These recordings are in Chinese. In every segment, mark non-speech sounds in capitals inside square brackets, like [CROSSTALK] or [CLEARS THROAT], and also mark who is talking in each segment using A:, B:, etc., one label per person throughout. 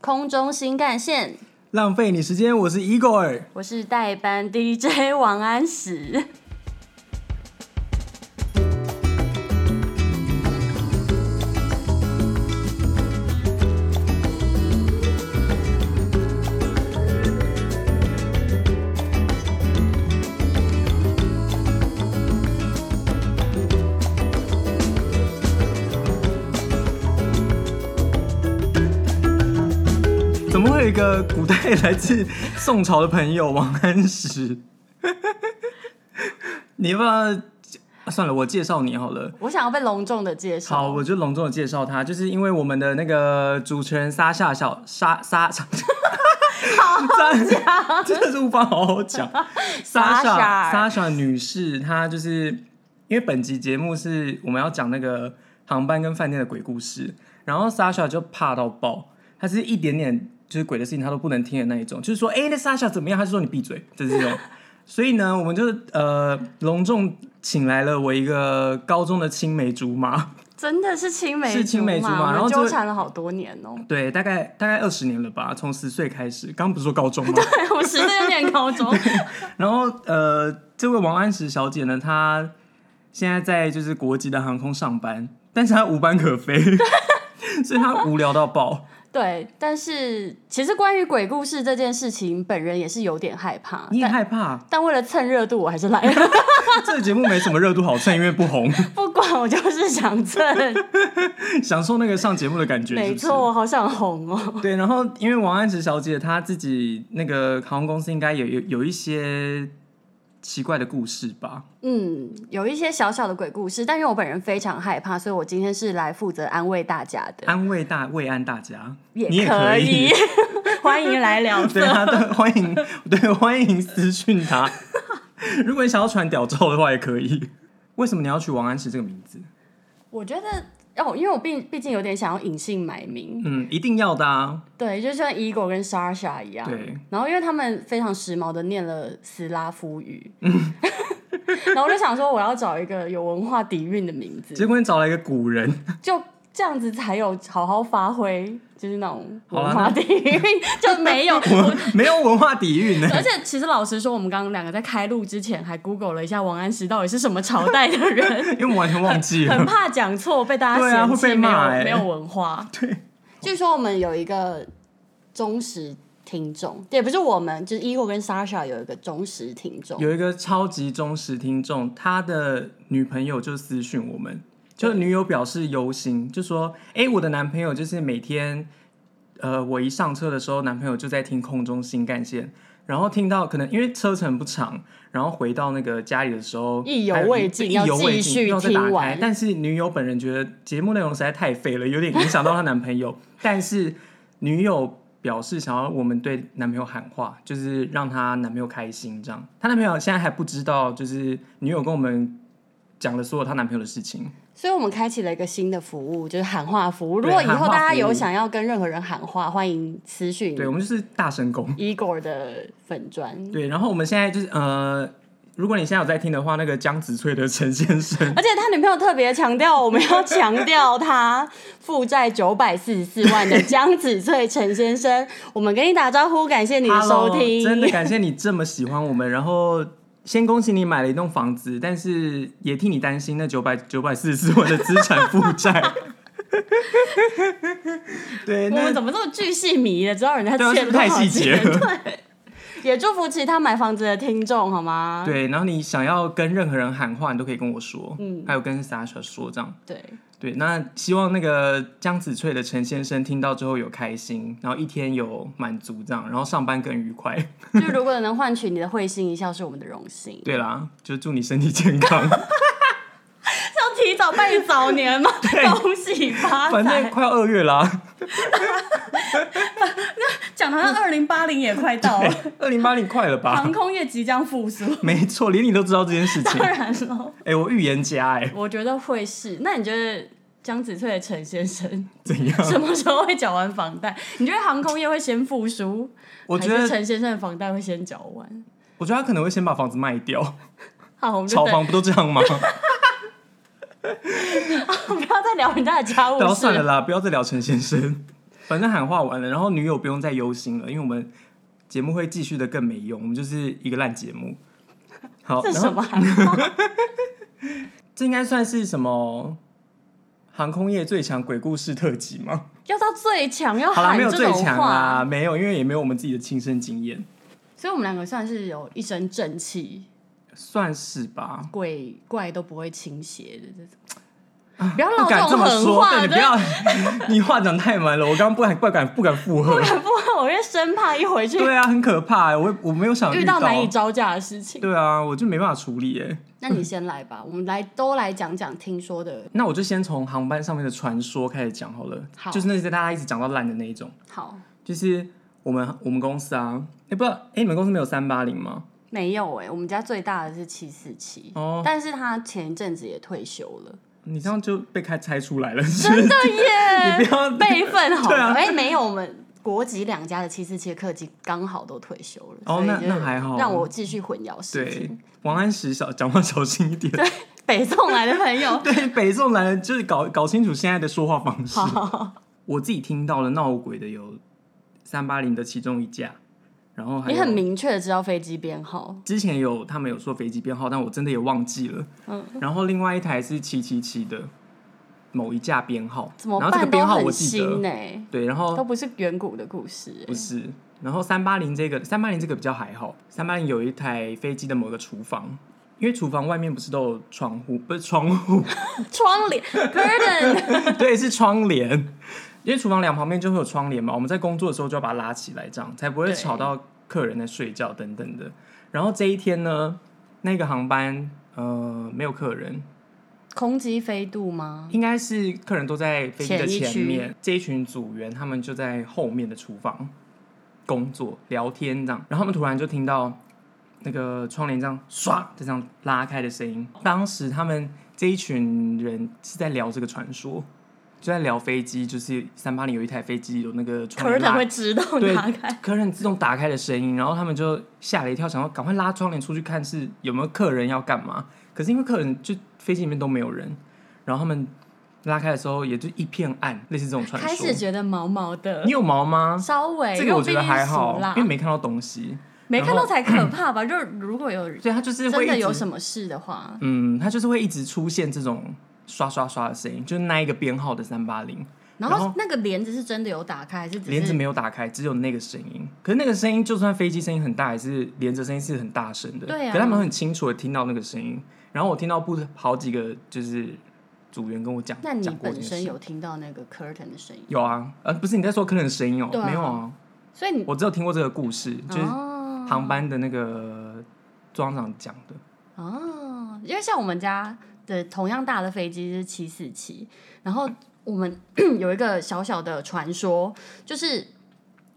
A: 空中新干线，
B: 浪费你时间，我是 Igor。
A: 我是代班 DJ [LAUGHS] 王安石。
B: 怎么会有一个古代来自宋朝的朋友王安石？ [LAUGHS] 你要不要？啊算了，我介绍你好了。
A: 我想要被隆重的介绍。
B: 好，我就隆重的介绍他，就是因为我们的那个主持人沙夏小沙沙沙，好讲， [LAUGHS] 真的是无法好好讲。莎莎莎莎女士，她就是因为本集节目是我们要讲那个航班跟饭店的鬼故事，然后莎莎就怕到爆，她是一点点就是鬼的事情她都不能听的那一种，就是说，哎、那莎莎怎么样？她就说你闭嘴，就是这种。 [LAUGHS] 所以呢，我们就是呃隆重请来了我一个高中的青梅竹马，
A: 真的是青梅
B: 是青梅竹马
A: 我们
B: 然后就
A: 纠缠了好多年哦、
B: 对，大概大概二十年了吧，从十岁开始，刚刚不是说高
A: [LAUGHS]
B: 中吗？
A: [LAUGHS] 我十岁就念高
B: [LAUGHS]
A: 中，
B: 然后呃，这位王安石小姐呢，她现在在就是国籍的航空上班，但是她无班可飞， [LAUGHS] 所以她无聊到爆。
A: 对，但是其实关于鬼故事这件事情，本人也是有点害怕。
B: 你也
A: 但
B: 害怕？
A: 但为了蹭热度，我还是来
B: [LAUGHS]
A: 了。
B: 这个节目没什么热度好蹭，因为
A: [LAUGHS]
B: 不红，
A: 不管我就是想蹭，
B: [LAUGHS] 享受那个上节目的感觉。
A: 没
B: 是不是
A: 错，我好想红哦。
B: 对，然后因为王安石小姐她自己那个航空公司应该有有有一些奇怪的故事吧？
A: 嗯，有一些小小的鬼故事，但因为我本人非常害怕，所以我今天是来负责安慰大家的，
B: 安慰大慰安大家，你
A: 也
B: 可
A: 以。
B: [LAUGHS]
A: 欢迎来聊
B: 对
A: 色，
B: 啊，对，欢迎，对，欢迎私讯他。 [LAUGHS] 如果你想要传屌照的话，也可以。为什么你要取王安石这个名字？
A: 我觉得。哦，因为我毕毕竟有点想要隐姓埋名，
B: 嗯，一定要的啊。
A: 对，就像 Ego 跟 Sasha 一样，
B: 对，
A: 然后因为他们非常时髦的念了斯拉夫语，
B: 嗯
A: [LAUGHS] 然后我就想说我要找一个有文化底蕴的名字，
B: 结果你找了一个古人， [LAUGHS]
A: 就这样子才有好好发挥，就是那种
B: 好啦
A: 文化底
B: [LAUGHS]
A: 蕴就没有。
B: 我没有文化底蕴呢、
A: 而且其实老实说，我们刚刚两个在开录之前还 Google 了一下王安石到底是什么朝代的人，
B: 因为我完全忘记
A: 很
B: 了。
A: 怕讲错被大家
B: 对啊
A: 嫌
B: 会被
A: 弃没有
B: 骂欸
A: 没有文化。
B: [LAUGHS] 对，
A: 据说我们有一个忠实听众，也不是我们，就是 Ego 跟 Sasha 有一个忠实听众，
B: 有一个超级忠实听众，他的女朋友就私讯我们，就女友表示忧心，就说：“哎、我的男朋友就是每天，呃，我一上车的时候，男朋友就在听空中新干线，然后听到可能因为车程不长，然后回到那个家里的时候
A: 意犹未尽
B: 还有一
A: 要
B: 意犹未
A: 继续
B: 尽，又再打
A: 听
B: 开
A: 完。
B: 但是女友本人觉得节目内容实在太废了，有点影响到她男
A: [LAUGHS]
B: 朋友，但是女友表示想要我们对男朋友喊话，就是让她男朋友开心这样。她男朋友现在还不知道，就是女友跟我们讲了所有她男朋友的事情。
A: 所以我们开启了一个新的服务，就是喊话服务。
B: 对
A: 如果以
B: 喊
A: 后
B: 话
A: 大家
B: 服务
A: 有想要跟任何人喊话，欢迎私讯
B: 对我们就是大神功。
A: Igor 的粉砖。
B: 对，然后我们现在就是呃，如果你现在有在听的话，那个江子翠的陈先生，
A: 而且他女朋友特别强调，我们要强调他负债九百四十四万的江子翠陈先生，我们跟你打招呼，感谢你的收
B: Hello，
A: 听。
B: 真的感谢你这么喜欢我们，然后。先恭喜你买了一栋房子，但是也替你担心那九百九百四十四万的资产负债。
A: [LAUGHS]
B: 对，
A: 我
B: 那
A: 们怎么这么巨细迷的，知道人家
B: 对啊，是
A: 欠
B: 不是
A: 多
B: 太
A: 少
B: 细节
A: 钱？ [LAUGHS]
B: 了？
A: 也祝福其他买房子的听众好吗？
B: 对，然后你想要跟任何人喊话，你都可以跟我说，嗯，还有跟 Sasha 说这样。
A: 对，
B: 对，那希望那个江子翠的陈先生听到之后有开心，然后一天有满足这样，然后上班更
A: [LAUGHS]
B: 愉快。
A: 就如果能换取你的会心一笑，是我们的荣幸。 [LAUGHS]
B: 对啦，就祝你身体健康，
A: 要提早拜你早年
B: [LAUGHS]
A: 吗？恭喜发
B: 反正
A: 财！
B: 快要二月啦，
A: 讲好像二零八零也快到了，
B: 二零八零快了吧
A: 航？空业即将复
B: [LAUGHS]
A: 苏，
B: 没错，连你都知道这件事情
A: 当。然喽，
B: 哎、我预言家哎、
A: 我觉得会是。那你觉得江子翠的陈先生 [LAUGHS]
B: 怎样？
A: 什么时候会缴完房贷？你觉得航空业会先复苏，
B: 我觉
A: 还是
B: 得，
A: 陈先生的房贷会先缴完？
B: 我觉得他可能会先把房子卖掉，
A: 好，我们就
B: 炒
A: 等，
B: 房不都这样吗？
A: [LAUGHS]
B: [LAUGHS]
A: 不要再聊人家的家务
B: 然后
A: 事 [LAUGHS]
B: 啊算了。啦，不要再聊陈先生。反正喊话完了，然后女友不用再忧心了，因为我们节目会继续的更没用，我们就是一个烂节目。好，
A: 这
B: 然
A: 什
B: 后
A: 么 [LAUGHS] 喊话？
B: 这应该算是什么航空业最强鬼故事特辑吗？
A: 要到最强要
B: 好啦，
A: 喊
B: 没有
A: 啊这
B: 最
A: 种
B: 强啦，
A: 话，
B: 没有，因为也没有我们自己的亲身经验，
A: 所以我们两个算是有一身正气，
B: 算是吧。
A: 鬼怪都不会倾斜的这种。不要
B: 不
A: 唠
B: 敢这
A: 种
B: 么
A: 狠
B: 说，
A: 话，
B: 对你不
A: 真的
B: 要， [LAUGHS] 你话讲太满了，我刚刚不敢不敢不敢附和。
A: 不然我越生怕一回去
B: 对啊，很可怕、欸，我我没有想
A: 遇
B: 到
A: 到难以招架的事情。
B: 对啊，我就没办法处理哎、
A: 那你先来吧，我们来都来讲讲听说的。
B: 那我就先从航班上面的传说开始讲好了，
A: 好
B: 就是那些大家一直讲到烂的那一种，
A: 好，
B: 就是我们我们公司啊，哎、不知道哎、你们公司没有三八零吗？
A: 没有哎、我们家最大的是七四七，
B: 哦，
A: 但是他前一阵子也退休了，
B: 你这样就被开拆出来了，
A: [LAUGHS] 真的
B: 你
A: 耶，
B: 不要
A: 备份好
B: 对
A: 了。
B: 啊
A: 哎、没有，我们国籍两家的七四七客机刚好都退休了，
B: 哦
A: 所以
B: 那
A: 就是
B: 那还好
A: 让我继续混淆视
B: 对
A: 听。，
B: 王安石小讲话小心一点。
A: 北宋来的朋
B: [LAUGHS]
A: 友，
B: 对，北宋男人就是搞搞清楚现在的说话方式。
A: 好，
B: 我自己听到了闹鬼的有三八零的其中一架，然后还
A: 你
B: 有
A: 很明确的知道飞机编号，
B: 之前有他们有说飞机编号，但我真的也忘记了。
A: 嗯
B: 然后另外一台是七七七的某一架编号，
A: 怎么
B: 然后这
A: 办
B: 个
A: 都
B: 编号我
A: 很
B: 记
A: 新
B: 得，
A: 呢、
B: 对，然
A: 都
B: 后
A: 不是远古的故事欸、
B: 不是，然后三八零这个三八零这个比较还好，三八零有一台飞机的某个厨房。因为厨房外面不是都有窗户，不是窗户，
A: 窗
B: [LAUGHS]
A: 帘 curtain，
B: 对，是窗帘。因为厨房两旁边就会有窗帘嘛，我们在工作的时候就要把它拉起来，这样才不会
A: 对
B: 吵到客人在睡觉等等的。然后这一天呢，那个航班呃没有客人，
A: 空机飞度吗？
B: 应该是客人都在飞机的
A: 前一
B: 前
A: 区
B: 面，这一群组员他们就在后面的厨房工作聊天这样，然后他们突然就听到那个窗帘这样唰就这样拉开的声音。当时他们这一群人是在聊这个传说，就在聊飞机，就是三八零有一台飞机有那个窗帘
A: curtain
B: 拉
A: 会知道
B: 对
A: 打开。
B: [LAUGHS] 客人自动打开的声音，然后他们就吓了一跳，想要赶快拉窗帘出去看是有没有客人要干嘛。可是因为客人就飞机里面都没有人，然后他们拉开的时候也就一片暗，类似这种传
A: 开
B: 说
A: 始。觉得毛毛的
B: 你，有毛吗？
A: 稍微因
B: 这
A: 为
B: 个我
A: 毕
B: 觉
A: 竟
B: 得
A: 是
B: 还
A: 属
B: 好，
A: 辣
B: 因为没看到东西，
A: 没
B: 然
A: 看到
B: 后
A: 才可怕吧？就是如果有
B: 所以他就是会
A: 真的
B: 一
A: 有
B: 直
A: 什么事的话，
B: 嗯，他就是会一直出现这种刷刷刷的声音，就是那一个编号的三八零，
A: 然
B: 然
A: 后
B: 后
A: 那个帘子是真的有打开，还是只是
B: 帘子没有打开，只有那个声音。可是那个声音，就算飞机声音很大，还是帘子声音是很大声的。
A: 对啊
B: 可是他们很清楚的听到那个声音。然后我听到不好几个就是组员跟我讲，
A: 那你
B: 讲过这
A: 本
B: 件
A: 身
B: 事。
A: 有听到那个 curtain 的声音，
B: 有啊，呃，不是你在说客人的声音哦、
A: 对啊
B: 没有啊，
A: 所以你
B: 我只有听过这个故事，就是
A: 哦
B: 航班的那个庄长讲的。
A: 哦，因为像我们家的同样大的飞机是七四七，然后我们 [CLEARS THROAT] 有一个小小的传说，就是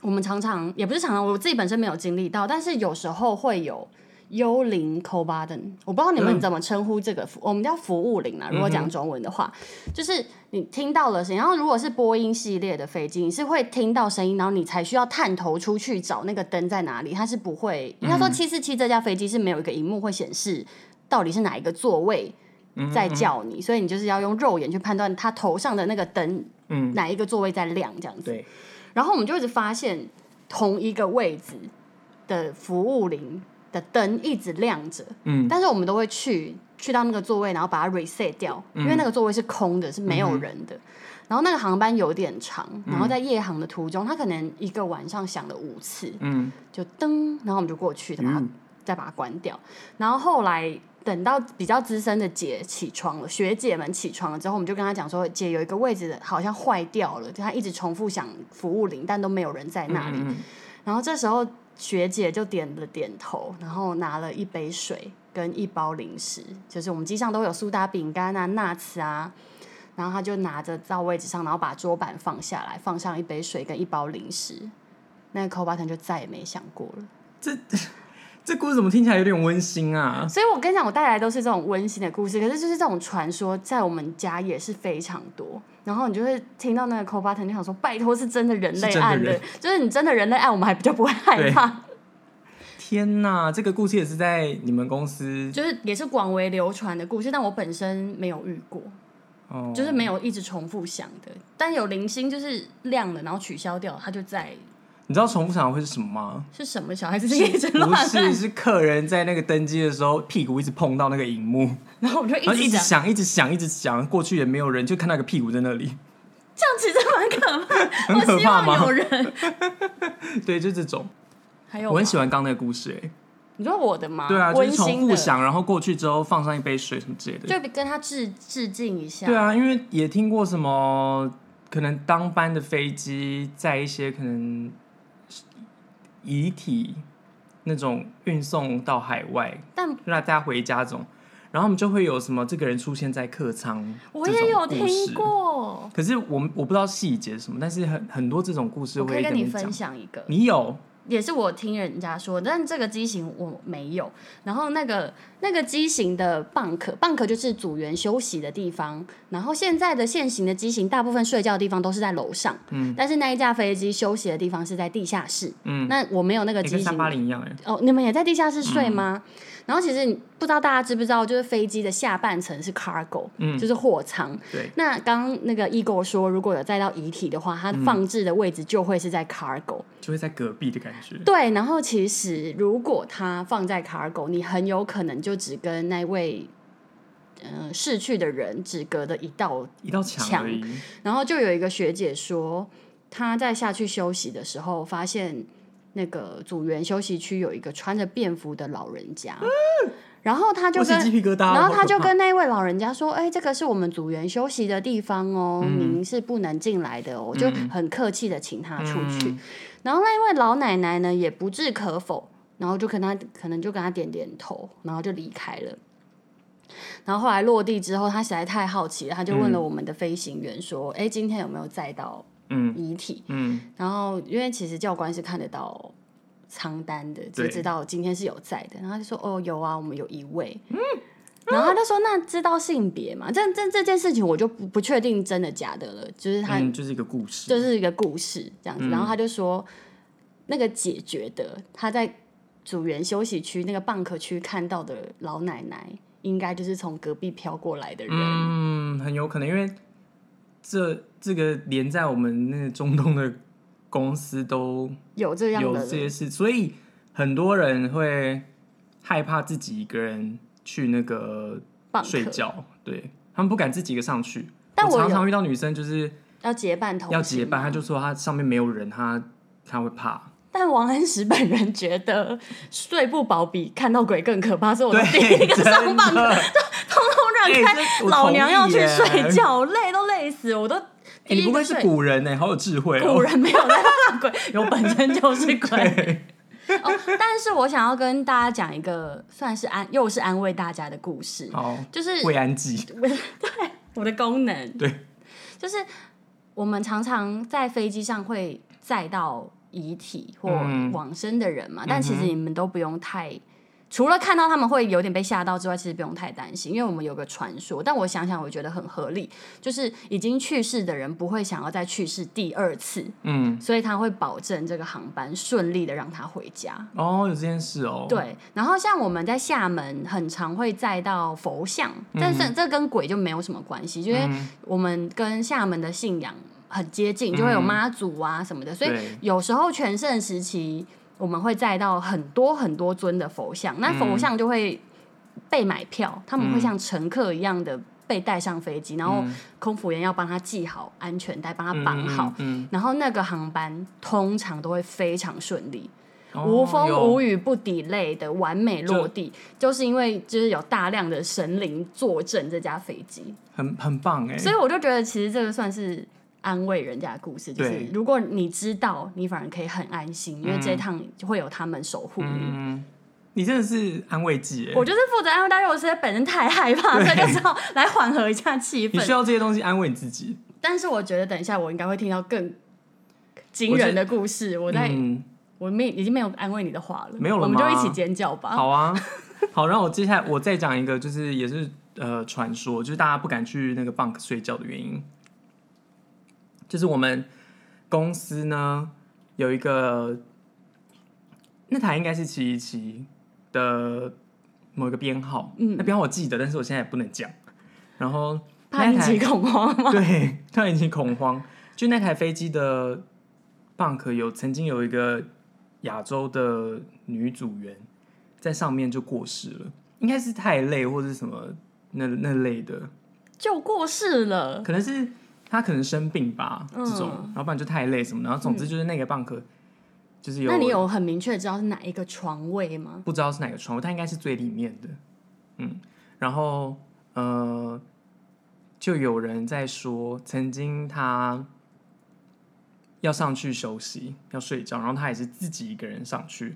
A: 我们常常也不是常常，我自己本身没有经历到，但是有时候会有。幽灵 c o b a d e n 我不知道你们怎么称呼这个服，我们叫服务铃啦。如果讲中文的话，就是你听到了声音，然后如果是波音系列的飞机，你是会听到声音，然后你才需要探头出去找那个灯在哪里。它是不会，应该说七四七这架飞机是没有一个荧幕会显示到底是哪一个座位在叫你，所以你就是要用肉眼去判断它头上的那个灯
B: 嗯，
A: 哪一个座位在亮这样子。
B: 对，
A: 然后我们就一直发现同一个位置的服务铃的灯一直亮着，
B: 嗯
A: 但是我们都会去去到那个座位，然后把它 reset 掉，因为那个座位是空的，是没有人的。然后那个航班有点长，然后在夜航的途中，它可能一个晚上响了五次，
B: 嗯，
A: 就噔，然后我们就过去，把它、
B: 嗯
A: 再把它关掉。然后后来等到比较资深的姐起床了，学姐们起床了之后，我们就跟她讲说，姐有一个位置好像坏掉了，就她一直重复响服务铃，但都没有人在那里。
B: 嗯嗯
A: 然后这时候学姐就点了点头，然后拿了一杯水跟一包零食，就是我们机上都有苏打饼干啊、nuts 啊。然后她就拿着到位置上，然后把桌板放下来，放上一杯水跟一包零食。那个 c o b a t o n 就再也没想过了。
B: 这故事怎么听起来有点温馨啊？
A: 所以我跟你讲，我带来都是这种温馨的故事，可是就是这种传说在我们家也是非常多。然后你就会听到那个 c o b a t o n 就想说，拜托是真的人类
B: 是真的
A: 案的，
B: 人
A: 就是你真的人类案，我们还比较不会害
B: 对
A: 怕。
B: 天哪，这个故事也是在你们公司
A: 就是也是广为流传的故事，但我本身没有遇过。
B: 哦，
A: 就是没有一直重复响的。但有零星就是亮了，然后取消掉，它就在
B: 你知道重复响会是什么吗？
A: 是什么小孩子是一直
B: [LAUGHS] 不
A: 乱
B: 是，
A: 按，
B: 是客人在那个登机的时候屁股一直碰到那个荧幕，
A: 然后我就
B: 然
A: 一
B: 后啊一
A: 直
B: 直
A: 响，
B: 响，一直响，一直响，过去也没有人，就看那个屁股在那里，
A: 这样其实蛮可怕。
B: 很可
A: 我希
B: 怕吗
A: 望有人，
B: 对，就这种。
A: 还有
B: [LAUGHS] 我很
A: 吗
B: 喜欢刚那个故事、欸，
A: 你说我的吗？
B: 对啊，就
A: 温
B: 是重
A: 馨
B: 复
A: 的，
B: 响，然后过去之后放上一杯水什么之类的，
A: 就跟他致致敬一下。
B: 对啊，因为也听过什么，可能当班的飞机在一些可能遗体那种运送到海外，
A: 但
B: 让大家回家这种，然后我们就会有什么这个人出现在客舱，
A: 我也有
B: 这种故事
A: 听。过，
B: 可是我们我不知道细节是什么，但是很很多这种故事
A: 我可
B: 会
A: 以跟你
B: 你
A: 分
B: 讲。
A: 享一个。
B: 你有
A: 也是我听人家说，但这个机型我没有。然后那个那个机型的蚌壳，蚌壳就是组员休息的地方。然后现在的现行的机型，大部分睡觉的地方都是在楼上，嗯，但是那一架飞机休息的地方是在地下室，嗯。那我没有那个
B: 也
A: 机
B: 跟
A: 型
B: 三八零一样哎，
A: 哦，你们也在地下室睡吗？然后其实你不知道大家知不知道，就是飞机的下半层是 cargo，、就是货舱。
B: 对，
A: 那刚刚那个 Ego 说，如果有载到遗体的话，它放置的位置就会是在 cargo。
B: 就会在隔壁的感觉。
A: 对，然后其实如果它放在 cargo，你很有可能就只跟那位。呃，逝去的人只隔的一道，
B: 一道墙而已，
A: 然后就有一个学姐说，她在下去休息的时候，发现那个组员休息区有一个穿着便服的老人家，然后她就
B: 我起
A: 跟
B: 鸡皮疙瘩了。
A: 然后他
B: 好可
A: 就
B: 怕
A: 跟那位老人家说：“哎、这个是我们组员休息的地方哦，您是不能进来的哦。”就很客气的请他出去。然后那位老奶奶呢，也不置可否，然后就跟他可能就跟他点点头，然后就离开了。然后后来落地之后，他实在太好奇了，他就问了我们的飞行员说：“哎、今天有没有载到
B: 嗯
A: 遗体？”
B: 嗯，
A: 然后因为其实教官是看得到仓单的，就
B: 对
A: 知道今天是有在的。然后他就说：“哦，有啊，我们有一位。然后他就说：“那知道性别吗？”这这这件事情我就不不确定真的假的了，就是他、
B: 嗯，就是一嗯个故事，
A: 就是一个故事这样子。然后他就说，那个解决的他在主人休息区那个蚌壳区看到的老奶奶，应该就是从隔壁飘过来的人。
B: 嗯，很有可能，因为这这个连在我们那个中东的公司都
A: 有这样
B: 有
A: 的
B: 这
A: 人
B: 些事，所以很多人会害怕自己一个人去那个
A: 蚌
B: 睡
A: 壳
B: 觉，对他们不敢自己一个上去。
A: 但
B: 我
A: 我
B: 常
A: 有
B: 常遇到女生就是
A: 要结伴同行啊
B: 要结伴，
A: 吗
B: 她就说她上面没有人，她她会怕。
A: 但王安石本人觉得睡不饱比看到鬼更可怕，所以我
B: 对
A: 的第一个，上
B: 真
A: 榜
B: 的，
A: 通通让
B: 哎
A: 开，
B: 这我
A: 老娘要去
B: 同意耶
A: 睡觉，累都累死，我都
B: 哎
A: 第
B: 你
A: 一个
B: 不愧是
A: 睡。
B: 古人哎，好有智慧哦。
A: 古人没有在怕鬼，有本身就是鬼。
B: [LAUGHS] 对，
A: 哦，但是我想要跟大家讲一个算是安又是安慰大家的故事，
B: 好，
A: 就是
B: 慰安剂，
A: 我的功能
B: 对，
A: 就是我们常常在飞机上会载到遗体或
B: 嗯
A: 往生的人嘛，但其实你们都不用太。除了看到他们会有点被吓到之外，其实不用太担心，因为我们有个传说。但我想想，我觉得很合理，就是已经去世的人不会想要再去世第二次，
B: 嗯，
A: 所以他会保证这个航班顺利的让他回家。
B: 哦，有这件事哦，，
A: 对，然后像我们在厦门很常会载到佛像，
B: 嗯
A: 但是这跟鬼就没有什么关系，因为我们跟厦门的信仰很接近，就会有妈祖啊什么的，所以
B: 嗯对
A: 有时候全盛时期我们会载到很多很多尊的佛像，
B: 嗯
A: 那佛像就会被买票，他们会像乘客一样的被带上飞机，然后空服员要帮他系好安全带，帮他绑好，
B: 嗯，
A: 然后那个航班通常都会非常顺利。
B: 哦
A: 无风
B: 有
A: 无雨不抵累的完美落地，就是因为就是有大量的神灵坐镇这架飞机，
B: 很很棒哎、
A: 所以我就觉得其实这个算是安慰人家的故事，就是
B: 对
A: 如果你知道，你反而可以很安心，因为这一趟会有他们守护你。
B: 嗯，你真的是安慰剂哎、
A: 我就是负责安慰大家，我实在本身太害怕，所以就只好来缓和一下气
B: 你需
A: 氛。
B: 要这些东西安慰你自己。
A: 但是我觉得等一下我应该会听到更惊
B: 我觉
A: 人的故事，我在、
B: 嗯，
A: 我没已经没有安慰你的话了，
B: 没有了
A: 我们就
B: 吗
A: 一起尖叫吧。
B: 好啊， [LAUGHS] 好，然后我接下来我再讲一个，就是也是呃传说，就是大家不敢去那个 bunk 睡觉的原因，就是我们公司呢有一个那台应该是七一七的某一个编号，嗯，那编号我记得，但是我现在也不能讲。然后
A: 怕引起
B: 那
A: 恐慌吗？
B: 对，他引起恐慌。就那台飞机的蚌壳有曾经有一个亚洲的女组员在上面就过世了，应该是太累或者是什么那那类的，
A: 就过世了，
B: 可能是她可能生病吧，
A: 嗯
B: 这种，然后不然就太累什么，然后总之就是那个蚌壳就是有，
A: 那你有很明确知道是哪一个床位吗？
B: 不知道是哪个窗户，它应该是最里面的，嗯，然后呃，就有人在说，曾经他要上去休息，要睡觉，然后他也是自己一个人上去，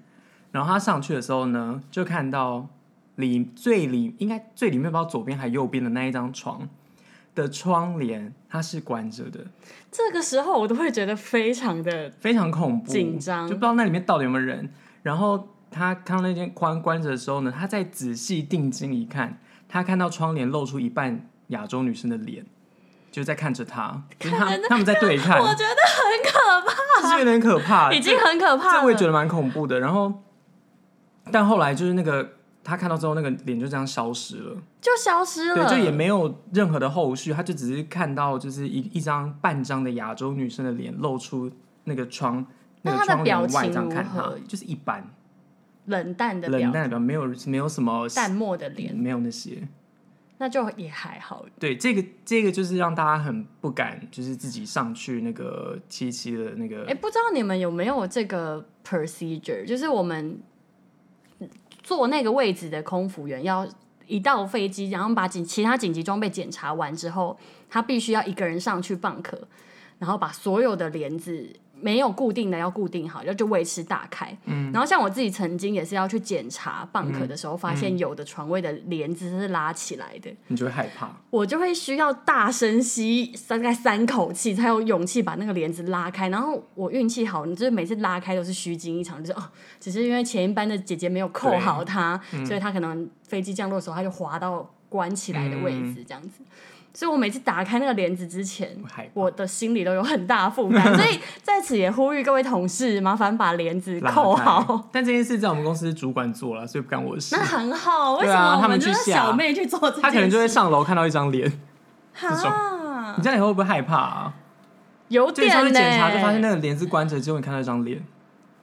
B: 然后他上去的时候呢，就看到里最里应该最里面，不知道左边还右边的那一张床的窗帘，它是关着的，
A: 这个时候我都会觉得非常的
B: 非常恐怖，
A: 紧张
B: 就不知道那里面到底有没有人。然后他看到那间关关着的时候呢，他再仔细定睛一看，他看到窗帘露出一半亚洲女生的脸，就在看着他，就是他
A: 看着那个
B: 他们在
A: [LAUGHS]
B: 对看，啊
A: 我觉得很可
B: 这是有点可怕，
A: 怕，已经很可怕
B: 这我也觉
A: 了。
B: 得蛮恐怖的。然后，但后来就是那个他看到之后，那个脸就这样消失了。
A: 就消失
B: 对，
A: 了，
B: 就也没有任何的后续，他就只是看到就是一一张半张的亚洲女生的脸露出那个窗，
A: 那
B: 个
A: 她的
B: 窗
A: 表
B: 帘外
A: 情
B: 这样看
A: 如
B: 她
A: 何，
B: 就是一般
A: 冷淡的
B: 冷
A: 表，
B: 淡的表，没有没有什么
A: 淡漠的脸，
B: 没有那些。
A: 那就也还好。
B: 对，这个这个就是让大家很不敢，就是自己上去那个七七的那个
A: 哎、不知道你们有没有这个 procedure，就是我们坐那个位置的空服员要一到飞机，然后把紧其他紧急装备检查完之后，他必须要一个人上去蚌壳，然后把所有的帘子没有固定的要固定好，要就维持打开。嗯，然后像我自己曾经也是要去检查蚌壳的时候，发现有的床位的帘子是拉起来的，
B: 你就会害怕。
A: 我就会需要大声吸大概三口气，才有勇气把那个帘子拉开。然后我运气好，就是每次拉开都是虚惊一场，就是哦，只是因为前一班的姐姐没有扣好它，
B: 嗯
A: 所以她可能飞机降落的时候，她就滑到关起来的位置这样子。所以我每次打开那个帘子之前
B: 会害，怕
A: 我的心里都有很大负担。
B: 嗯
A: 所以在此也呼吁各位同事，麻烦把帘子
B: 拉
A: 扣
B: 开
A: 好。，
B: [LAUGHS] 但这件事在我们公司主管做了，所以不干我的事
A: 那。很好，为
B: 对
A: 什
B: 啊
A: 么我
B: 他们
A: 这
B: 去
A: 个
B: 下
A: 小妹去做这件事？
B: [LAUGHS] 他可能就会上楼看到一张脸，种
A: 哈
B: 你这样以后会不会害怕啊？
A: 有
B: 就你
A: 点
B: 上
A: 呢、
B: 去检查就发现那个帘是关着，结果你看到一张脸。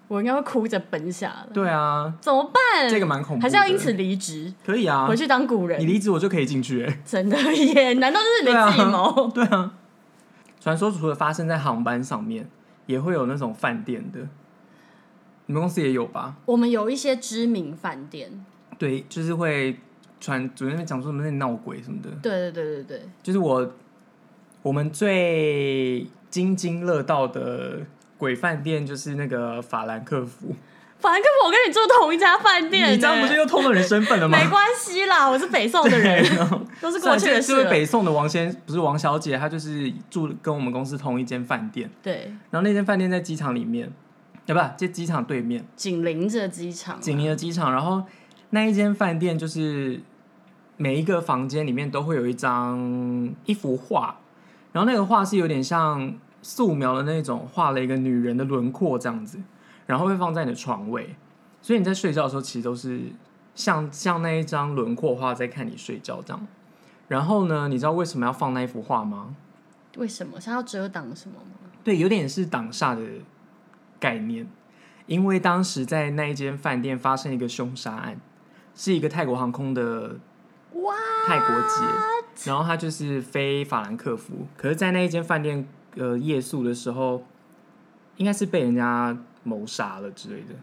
A: 我应该会哭着奔下了，
B: 对啊，
A: 怎么办？
B: 这个蛮恐
A: 嗯
B: 怖的
A: 还是要因此离职，
B: 可以啊
A: 回，去当古
B: 你
A: 人？
B: 离职我就可以进去、 [LAUGHS] 欸。
A: 真的 [LAUGHS] 耶？难道这是你
B: 对啊
A: 的计谋？
B: 对啊，传说除了发生在航班上面，也会有那种饭店的，你们公司也有吧？
A: 我们有一些知名饭店，
B: 对，就是会传主任讲说什么在闹鬼什么的，
A: 对对对对对，
B: 就是我我们最津津乐道的鬼饭店就是那个法兰克福，
A: 反正跟我跟你住同一家饭店呢，
B: 你这样不是又透露人身份了吗？
A: 没关系啦？我是北宋的
B: [LAUGHS]
A: 人，
B: 对然后
A: 都是过去的
B: 就是
A: 事
B: 就是
A: 了。
B: 北宋的王先，不是王小姐，她就是住跟我们公司同一间饭店，
A: 对，
B: 然后那间饭店在机场里面，对吧？在机场对面，
A: 紧邻着机场，啊
B: 紧邻的机场。然后那一间饭店就是每一个房间里面都会有一张一幅画，然后那个画是有点像素描的那种，画了一个女人的轮廓这样子，然后会放在你的床位，所以你在睡觉的时候其实都是像 [LAUGHS] 像那一张轮廓画在看你睡觉这样。然后呢，你知道为什么要放那一幅画吗？
A: 为什么？是要遮挡什么吗？
B: 对，有点是挡煞的概念，因为当时在那一间饭店发生一个凶杀案，是一个泰国航空的
A: 哇，
B: 泰国籍，然后他就是飞法兰克福，可是，在那一间饭店呃夜宿的时候，应该是被人家谋杀了之类的，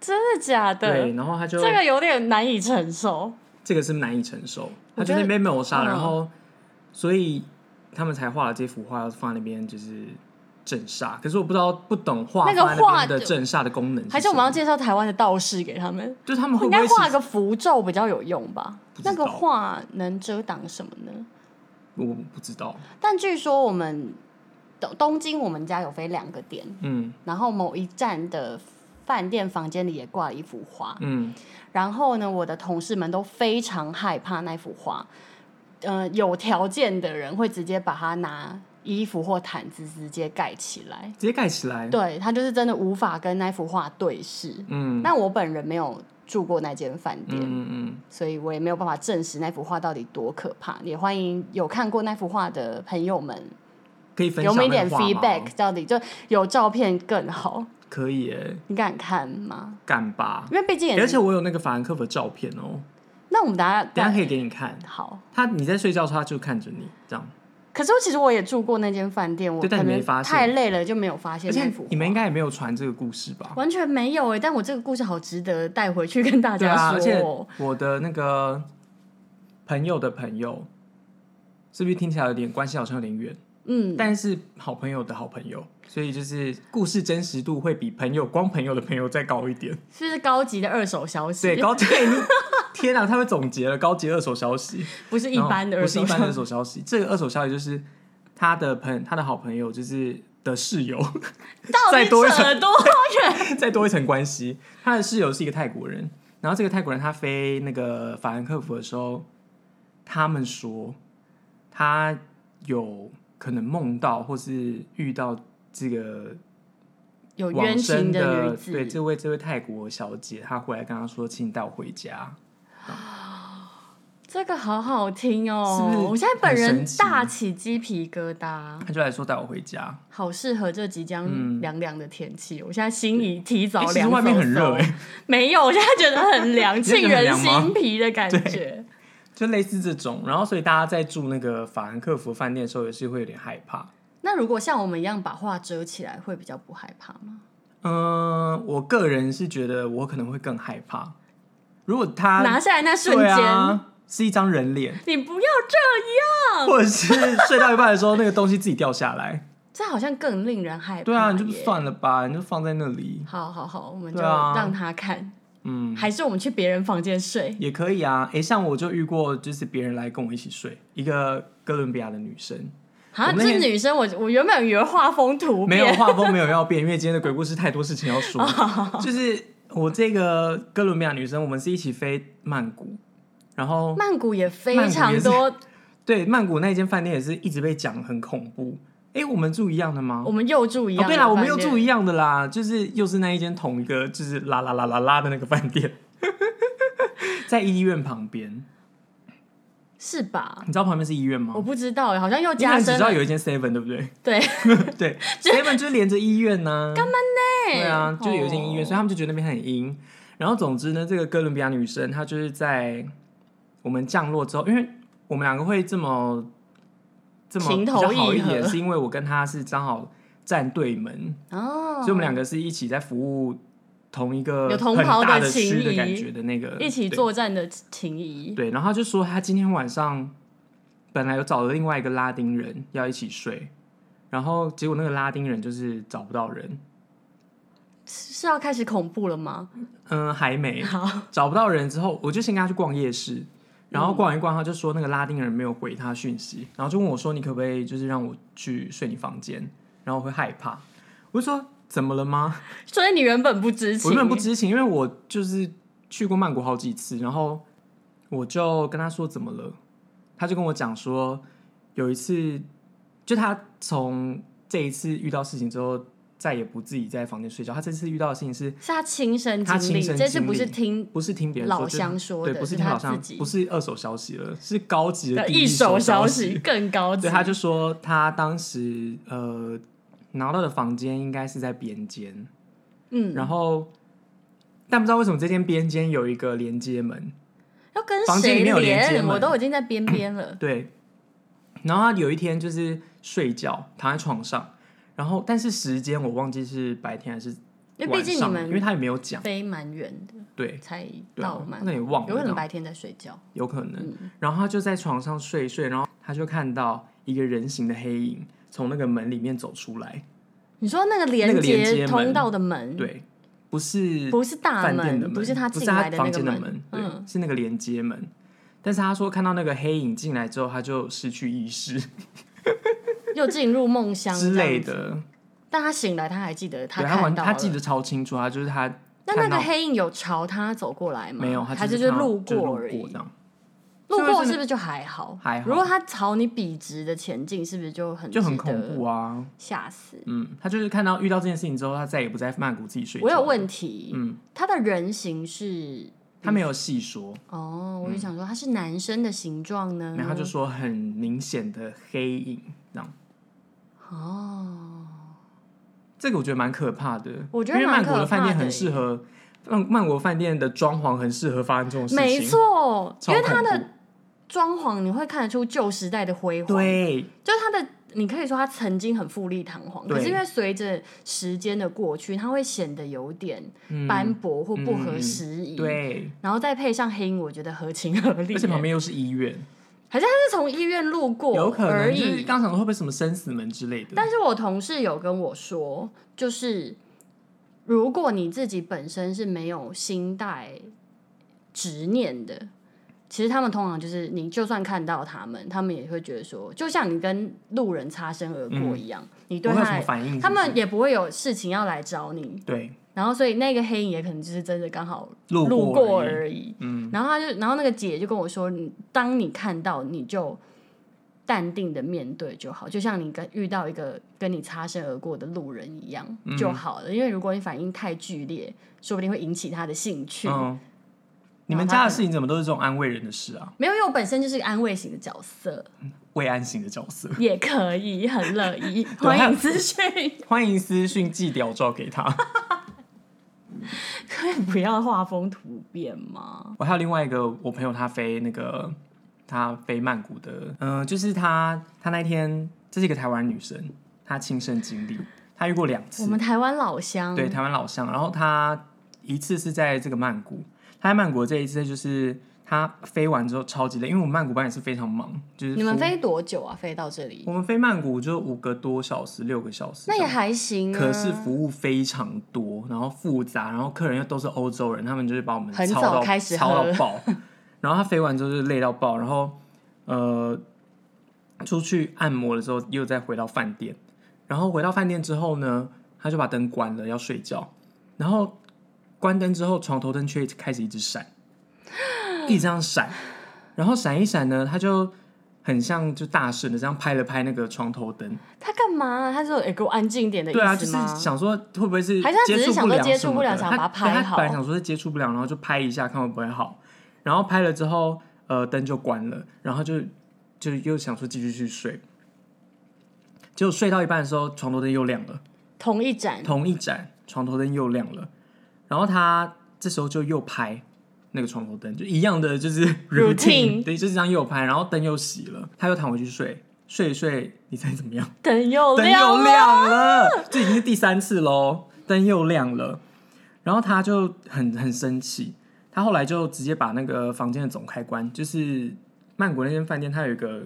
A: 真的假的
B: 对，？然后他就
A: 这个有点难以承受。
B: 这个是难以承受，
A: 我
B: 他
A: 觉
B: 就
A: 得
B: 那边谋杀，
A: 嗯
B: 然后所以他们才画了这幅画，放在那边就是镇煞。可是我不知道不懂画
A: 那个
B: 放在那
A: 画
B: 边的镇煞的功能什么，
A: 还是我们要介绍台湾的道士给他们？
B: 就他们
A: [LAUGHS]
B: 会
A: 应
B: 不会
A: 该
B: 其
A: 画
B: 实
A: 个符咒比较有用吧
B: 不？知道
A: 那个画能遮挡什么呢？
B: 我不知道，
A: 但据说我们东东京，我们家有飞两个点，
B: 嗯
A: 然后某一站的饭店房间里也挂了一幅画。
B: 嗯，
A: 然后呢，我的同事们都非常害怕那幅画。呃，有条件的人会直接把它拿衣服或毯子直接盖起来。
B: 直接盖起来，
A: 对他就是真的无法跟那幅画对视。
B: 嗯，
A: 那我本人没有住过那间饭店，
B: 嗯嗯
A: 所以我也没有办法证实那幅画到底多可怕。也欢迎有看过那幅画的朋友们
B: 嗯，可以分
A: 给我
B: 享
A: 们一
B: 那
A: 点
B: 画吗
A: feedback，到底就有照片更好。
B: 可以耶，
A: 你敢看吗？
B: 敢吧？
A: 因为毕竟也
B: 而
A: 是
B: 且我有那个法兰克福的照片哦，
A: 那我们大
B: 等一下
A: 家
B: 可以给你看。
A: 好。
B: 他你在睡觉的时候，他就看着你这样，
A: 可是其实我也住过那间饭店，我
B: 对但
A: 可
B: 你没
A: 能
B: 发现
A: 太累了就没有发现
B: 而且
A: 那幅画。
B: 你们应该也没有传这个故事吧？
A: 完全没有哎、但我这个故事好值得带回去跟大
B: 对
A: 家
B: 啊，而
A: 说、
B: 且
A: 哦。
B: 我的那个朋友的朋友，是不是听起来有点关系好像有点远？
A: 嗯，
B: 但是好朋友的好朋友，所以就是故事真实度会比朋友光朋友的朋友再高一点。
A: 是不是高级的二手消息？
B: 对，高级 [LAUGHS] 天啊，他们总结了高级二手消息，
A: 不是一般的
B: 然
A: 二
B: 后哦不是
A: 手
B: 一
A: 消
B: 般的二
A: 息。
B: 手消息。这个二手消息就是他的朋他的好朋友就是的室友， [LAUGHS]
A: 到
B: 再
A: 底
B: 多一层
A: 扯多远？
B: [LAUGHS] 再多一层关系。他的室友是一个泰国人，然后这个泰国人他飞那个法兰克福的时候，他们说他有可能梦到或是遇到这个
A: 有冤
B: 往
A: 情
B: 生
A: 的女
B: 对
A: 子，
B: 这位这位泰国小姐，她回来跟他说，请你带我回家。
A: 这个好好听
B: 是不是
A: 哦！我现在本
B: 很
A: 人
B: 神奇
A: 大起鸡皮疙瘩，
B: 他就来说带我回家，
A: 好适合这即将凉凉的天气。我现在心里提早
B: 嗯诶其实
A: 凉飕飕，
B: 外面很热哎、诶
A: [LAUGHS]
B: [LAUGHS]
A: 没有，我现在觉得很凉，
B: 现在
A: 沁
B: 觉得很
A: 人
B: 凉吗
A: 心脾的感觉。
B: 就类似这种。然后所以大家在住那个法兰克福饭店的时候，也是会有点害怕。
A: 那如果像我们一样把画遮起来，会比较不害怕吗？
B: 嗯，我个人是觉得我可能会更害怕。如果他
A: 拿下来那瞬
B: 啊对
A: 间，哦
B: 啊、是一张人脸，
A: 你不要这样，
B: [LAUGHS] 或者是睡到一半的时候那个东西自己掉下来，
A: 这好像更令人害怕。
B: 对啊，你就。算了吧，你就放在那里，
A: 好好好，我们就
B: 对啊
A: 让他看，
B: 嗯，
A: 还是我们去别人房间睡？
B: 也可以啊。诶、像我就遇过，就是别人来跟我一起睡，一个哥伦比亚的女生，
A: 啊，
B: 我那天
A: 这女生我我原本以为画风突
B: 没有
A: 变，
B: 画风，没有要变，因为今天的鬼故事太多事情要说。
A: 哦
B: [LAUGHS] 就是我这个哥伦比亚女生，我们是一起飞曼谷，然后
A: 曼谷也非常多，
B: 对哦曼谷那间饭店也是一直被讲很恐怖。诶、我们住一样的吗？
A: 我们又住一样
B: 哦，
A: 的
B: 对
A: 饭店、
B: 啦，我们又住一样的啦，就是又是那一间同一个，就是啦啦啦啦啦的那个饭店，在医院旁边。
A: 是吧？
B: 你知道旁边是医院吗
A: 我？不知道，好像又
B: 你可
A: 加
B: 能只
A: 深
B: 知道
A: 了。
B: 有一间 Seven，对不对？ [LAUGHS]
A: 对， [LAUGHS]
B: 对，Seven 就是连着医院呢、干嘛呢？对啊，就有一间医院，
A: 哦
B: 所以他们就觉得那边很阴。然后总之呢，这个哥伦比亚女生她就是在我们降落之后，因为我们两个会这么这么
A: 情
B: 比
A: 投
B: 较好
A: 意
B: 一点，
A: 合
B: 是因为我跟她是刚好站对门，
A: 哦，
B: 所以我们两个是一起在服务同一个
A: 有同
B: 很
A: 袍
B: 大
A: 的
B: 的
A: 情
B: 区的感
A: 谊
B: 觉的那个，
A: 一起作战的情谊，
B: 对。对然后他就说他今天晚上本来有找了另外一个拉丁人要一起睡，然后结果那个拉丁人就是找不到人，
A: 是要开始恐怖了吗？
B: 嗯，还没找不到人之后，我就先跟他去逛夜市。然
A: 嗯
B: 后逛一逛，他就说那个拉丁人没有回他讯息，然后就问我说：“你可不可以就是让我去睡你房间？”然后我会害怕，我就说：“怎么了吗？”
A: 所以你原本不知情，
B: 我原本不知情，因为我就是去过曼谷好几次，然后我就跟他说怎么了，他就跟我讲说，有一次就他从这一次遇到事情之后，再也不自己在房间睡觉。他这次遇到的事情是
A: 是他亲身
B: 他
A: 经历，
B: 亲身
A: 这次不
B: 经
A: 是
B: 历
A: 听
B: 不是听别人说
A: 老
B: 就是
A: 乡说的
B: 对，不
A: 是
B: 听
A: 他
B: 老乡
A: 自己
B: 不是二手消息了，是高级
A: 的
B: 的
A: 一手
B: 手
A: 消息
B: 息。
A: 更高级
B: 对，，他就说他当时呃拿到的房间应该是在边间，
A: 嗯，
B: 然后，但不知道为什么这间边间有一个连接门，
A: 要跟
B: 房间里
A: 谁
B: 面有连接
A: 连？
B: 门，
A: 我都已经在边边了
B: 对。然后他有一天就是睡觉，躺在床上，然后但是时间我忘记是白天还是
A: 因为
B: 晚
A: 毕竟你
B: 上，因为
A: 们
B: 他也没有讲，
A: 飞蛮远的，
B: 对
A: 才
B: 对啊
A: 到，蛮
B: 那也忘
A: 有可
B: 了这
A: 能
B: 样，
A: 白天在睡觉，
B: 有可能。
A: 嗯
B: 然后他就在床上睡一睡，然后他就看到一个人形的黑影从那个门里面走出来，
A: 你说那个
B: 那
A: 连
B: 个连接
A: 接
B: 门
A: 通道的门，，
B: 对，不是
A: 嗯不是大
B: 饭店的
A: 门，
B: 门，
A: 不
B: 不
A: 是他进来的
B: 他
A: 那
B: 房
A: 个
B: 间的
A: 门，
B: 对，
A: 嗯，
B: 是那个连接门。但是他说看到那个黑影进来之后，他就失去意识
A: 又进入梦乡
B: 之类
A: 这样子。
B: 的。
A: 但他醒来，他还记得
B: 对他
A: 看
B: 完
A: 到
B: 他记
A: 了
B: 得超清楚，他就是他
A: 那那
B: 看
A: 个
B: 到
A: 黑影有朝他走过来吗？
B: 没有，他
A: 还
B: 就是是看到
A: 路
B: 就路
A: 过
B: 过
A: 而已
B: 这。样，
A: 路
B: 所以
A: 过
B: 真的
A: 是不是就还好？
B: 还好
A: 如果他朝你笔直的前进，是不是就很
B: 就很
A: 值得
B: 恐怖啊。
A: 吓死？
B: 嗯，他就是看到遇到这件事情之后，他再也不在曼谷自己睡觉。
A: 我有问题，
B: 嗯，
A: 他的人形是
B: 他没有细说，
A: 哦，我就想说它是男生的形状呢，
B: 嗯然后他就说很明显的黑影，这样。
A: 哦，
B: 这个我觉得蛮可怕的，
A: 我觉得
B: 因为
A: 蛮
B: 曼
A: 可
B: 谷的饭店
A: 怕的
B: 很适合，曼曼谷的饭店的装潢很适合发生这种事情，
A: 没错，
B: 超
A: 因为
B: 恐怖，
A: 它的装潢你会看得出旧时代的辉煌，，
B: 对
A: 就是它的。你可以说它曾经很富丽堂皇，
B: 对
A: 可是因为随着时间的过去，它会显得有点
B: 嗯
A: 斑驳或不
B: 嗯嗯
A: 合
B: 嗯
A: 时宜。
B: 对，
A: 然后再配上黑影，我觉得合情合理。
B: 而且旁边又是医院，
A: 还是他是从医院路过
B: 有可能
A: 而
B: 就是
A: 已。
B: 刚想说会不会什么生死门之类的，
A: 但是我同事有跟我说，就是如果你自己本身是没有心带执念的，其实他们通常就是你就算看到他们，他们也会觉得说，就像你跟路人擦身而过一样，你对
B: 嗯不会有什
A: 他
B: 么反应是不是，
A: 他们也不会有事情要来找你，
B: 对
A: 然后所以那个黑影也可能就是真的刚好
B: 路
A: 路过
B: 已
A: 而已。
B: 嗯，
A: 然后他就，然后那个姐就跟我说，你当你看到，你就淡定的面对就好，就像你跟遇到一个跟你擦身而过的路人一样
B: 嗯
A: 就好了。因为如果你反应太剧烈，说不定会引起他的兴趣。
B: 嗯，你们家的事情怎么都是这种安慰人的事啊？
A: 没有，因为我本身就是个安慰型的角色，
B: 慰安型的角色，
A: 也可以很乐 [LAUGHS] 意欢
B: 还有
A: 迎资讯，
B: 欢迎私讯寄屌照给他。
A: 可以不要画风突变吗？
B: 我还有另外一个，我朋友他飞那个，他飞曼谷的，嗯、就是他他那天这是一个台湾女生，她亲身经历，她遇过两
A: 我
B: 次，
A: 们台湾老乡，
B: 对台湾老乡，然后她一次是在这个曼谷，她在曼谷的这一次就是她飞完之后超级累，因为我们曼谷班也是非常忙，就是
A: 你们
B: 服务
A: 飞多久啊？飞到这里，
B: 我们飞曼谷就五个多小时六个小时这
A: 那
B: 样，
A: 也还行啊，
B: 可是服务非常多，然后复杂，然后客人又都是欧洲人，他们就是把我们
A: 很
B: 操
A: 早
B: 到
A: 开始
B: 操到
A: 喝
B: 爆。然后他飞完之后就累到爆，然后呃出去按摩的时候又再回到饭店，然后回到饭店之后呢，他就把灯关了要睡觉，然后关灯之后床头灯却开始一直
A: [GASPS]
B: 闪，一直这样闪，然后闪一闪呢，他就很像就大声的这样拍了拍那个床头灯，
A: 他干嘛？他说：“哎、给我安静一点的意
B: 对啊，就是
A: 思吗？”
B: 想说会不会是
A: 还是他只
B: 接
A: 是
B: 触
A: 想
B: 不
A: 说
B: 良
A: 接
B: 什
A: 触
B: 么
A: 不良
B: 的
A: 想
B: 他
A: 把它
B: 对
A: 拍
B: 他本来
A: 好
B: 想说是接触不良，然后就拍一下看会不会好，然后拍了之后，呃，灯就关了，然后就就又想说继续去睡，结果睡到一半的时候，床头灯又亮了，
A: 同一盏，
B: 同一盏床头灯又亮了，然后他这时候就又拍。那个床头灯就一样的，就是
A: Routine
B: 对，就是这样又拍，然后灯又熄了，他又躺回去睡，睡一睡，你猜怎么样？
A: 灯又
B: 灯
A: 哦亮
B: 又
A: 了，
B: 亮了，这已经是第三次喽，灯又亮了。然后他就很很生气，他后来就直接把那个房间的总开关，就是曼谷那间饭店，它有一个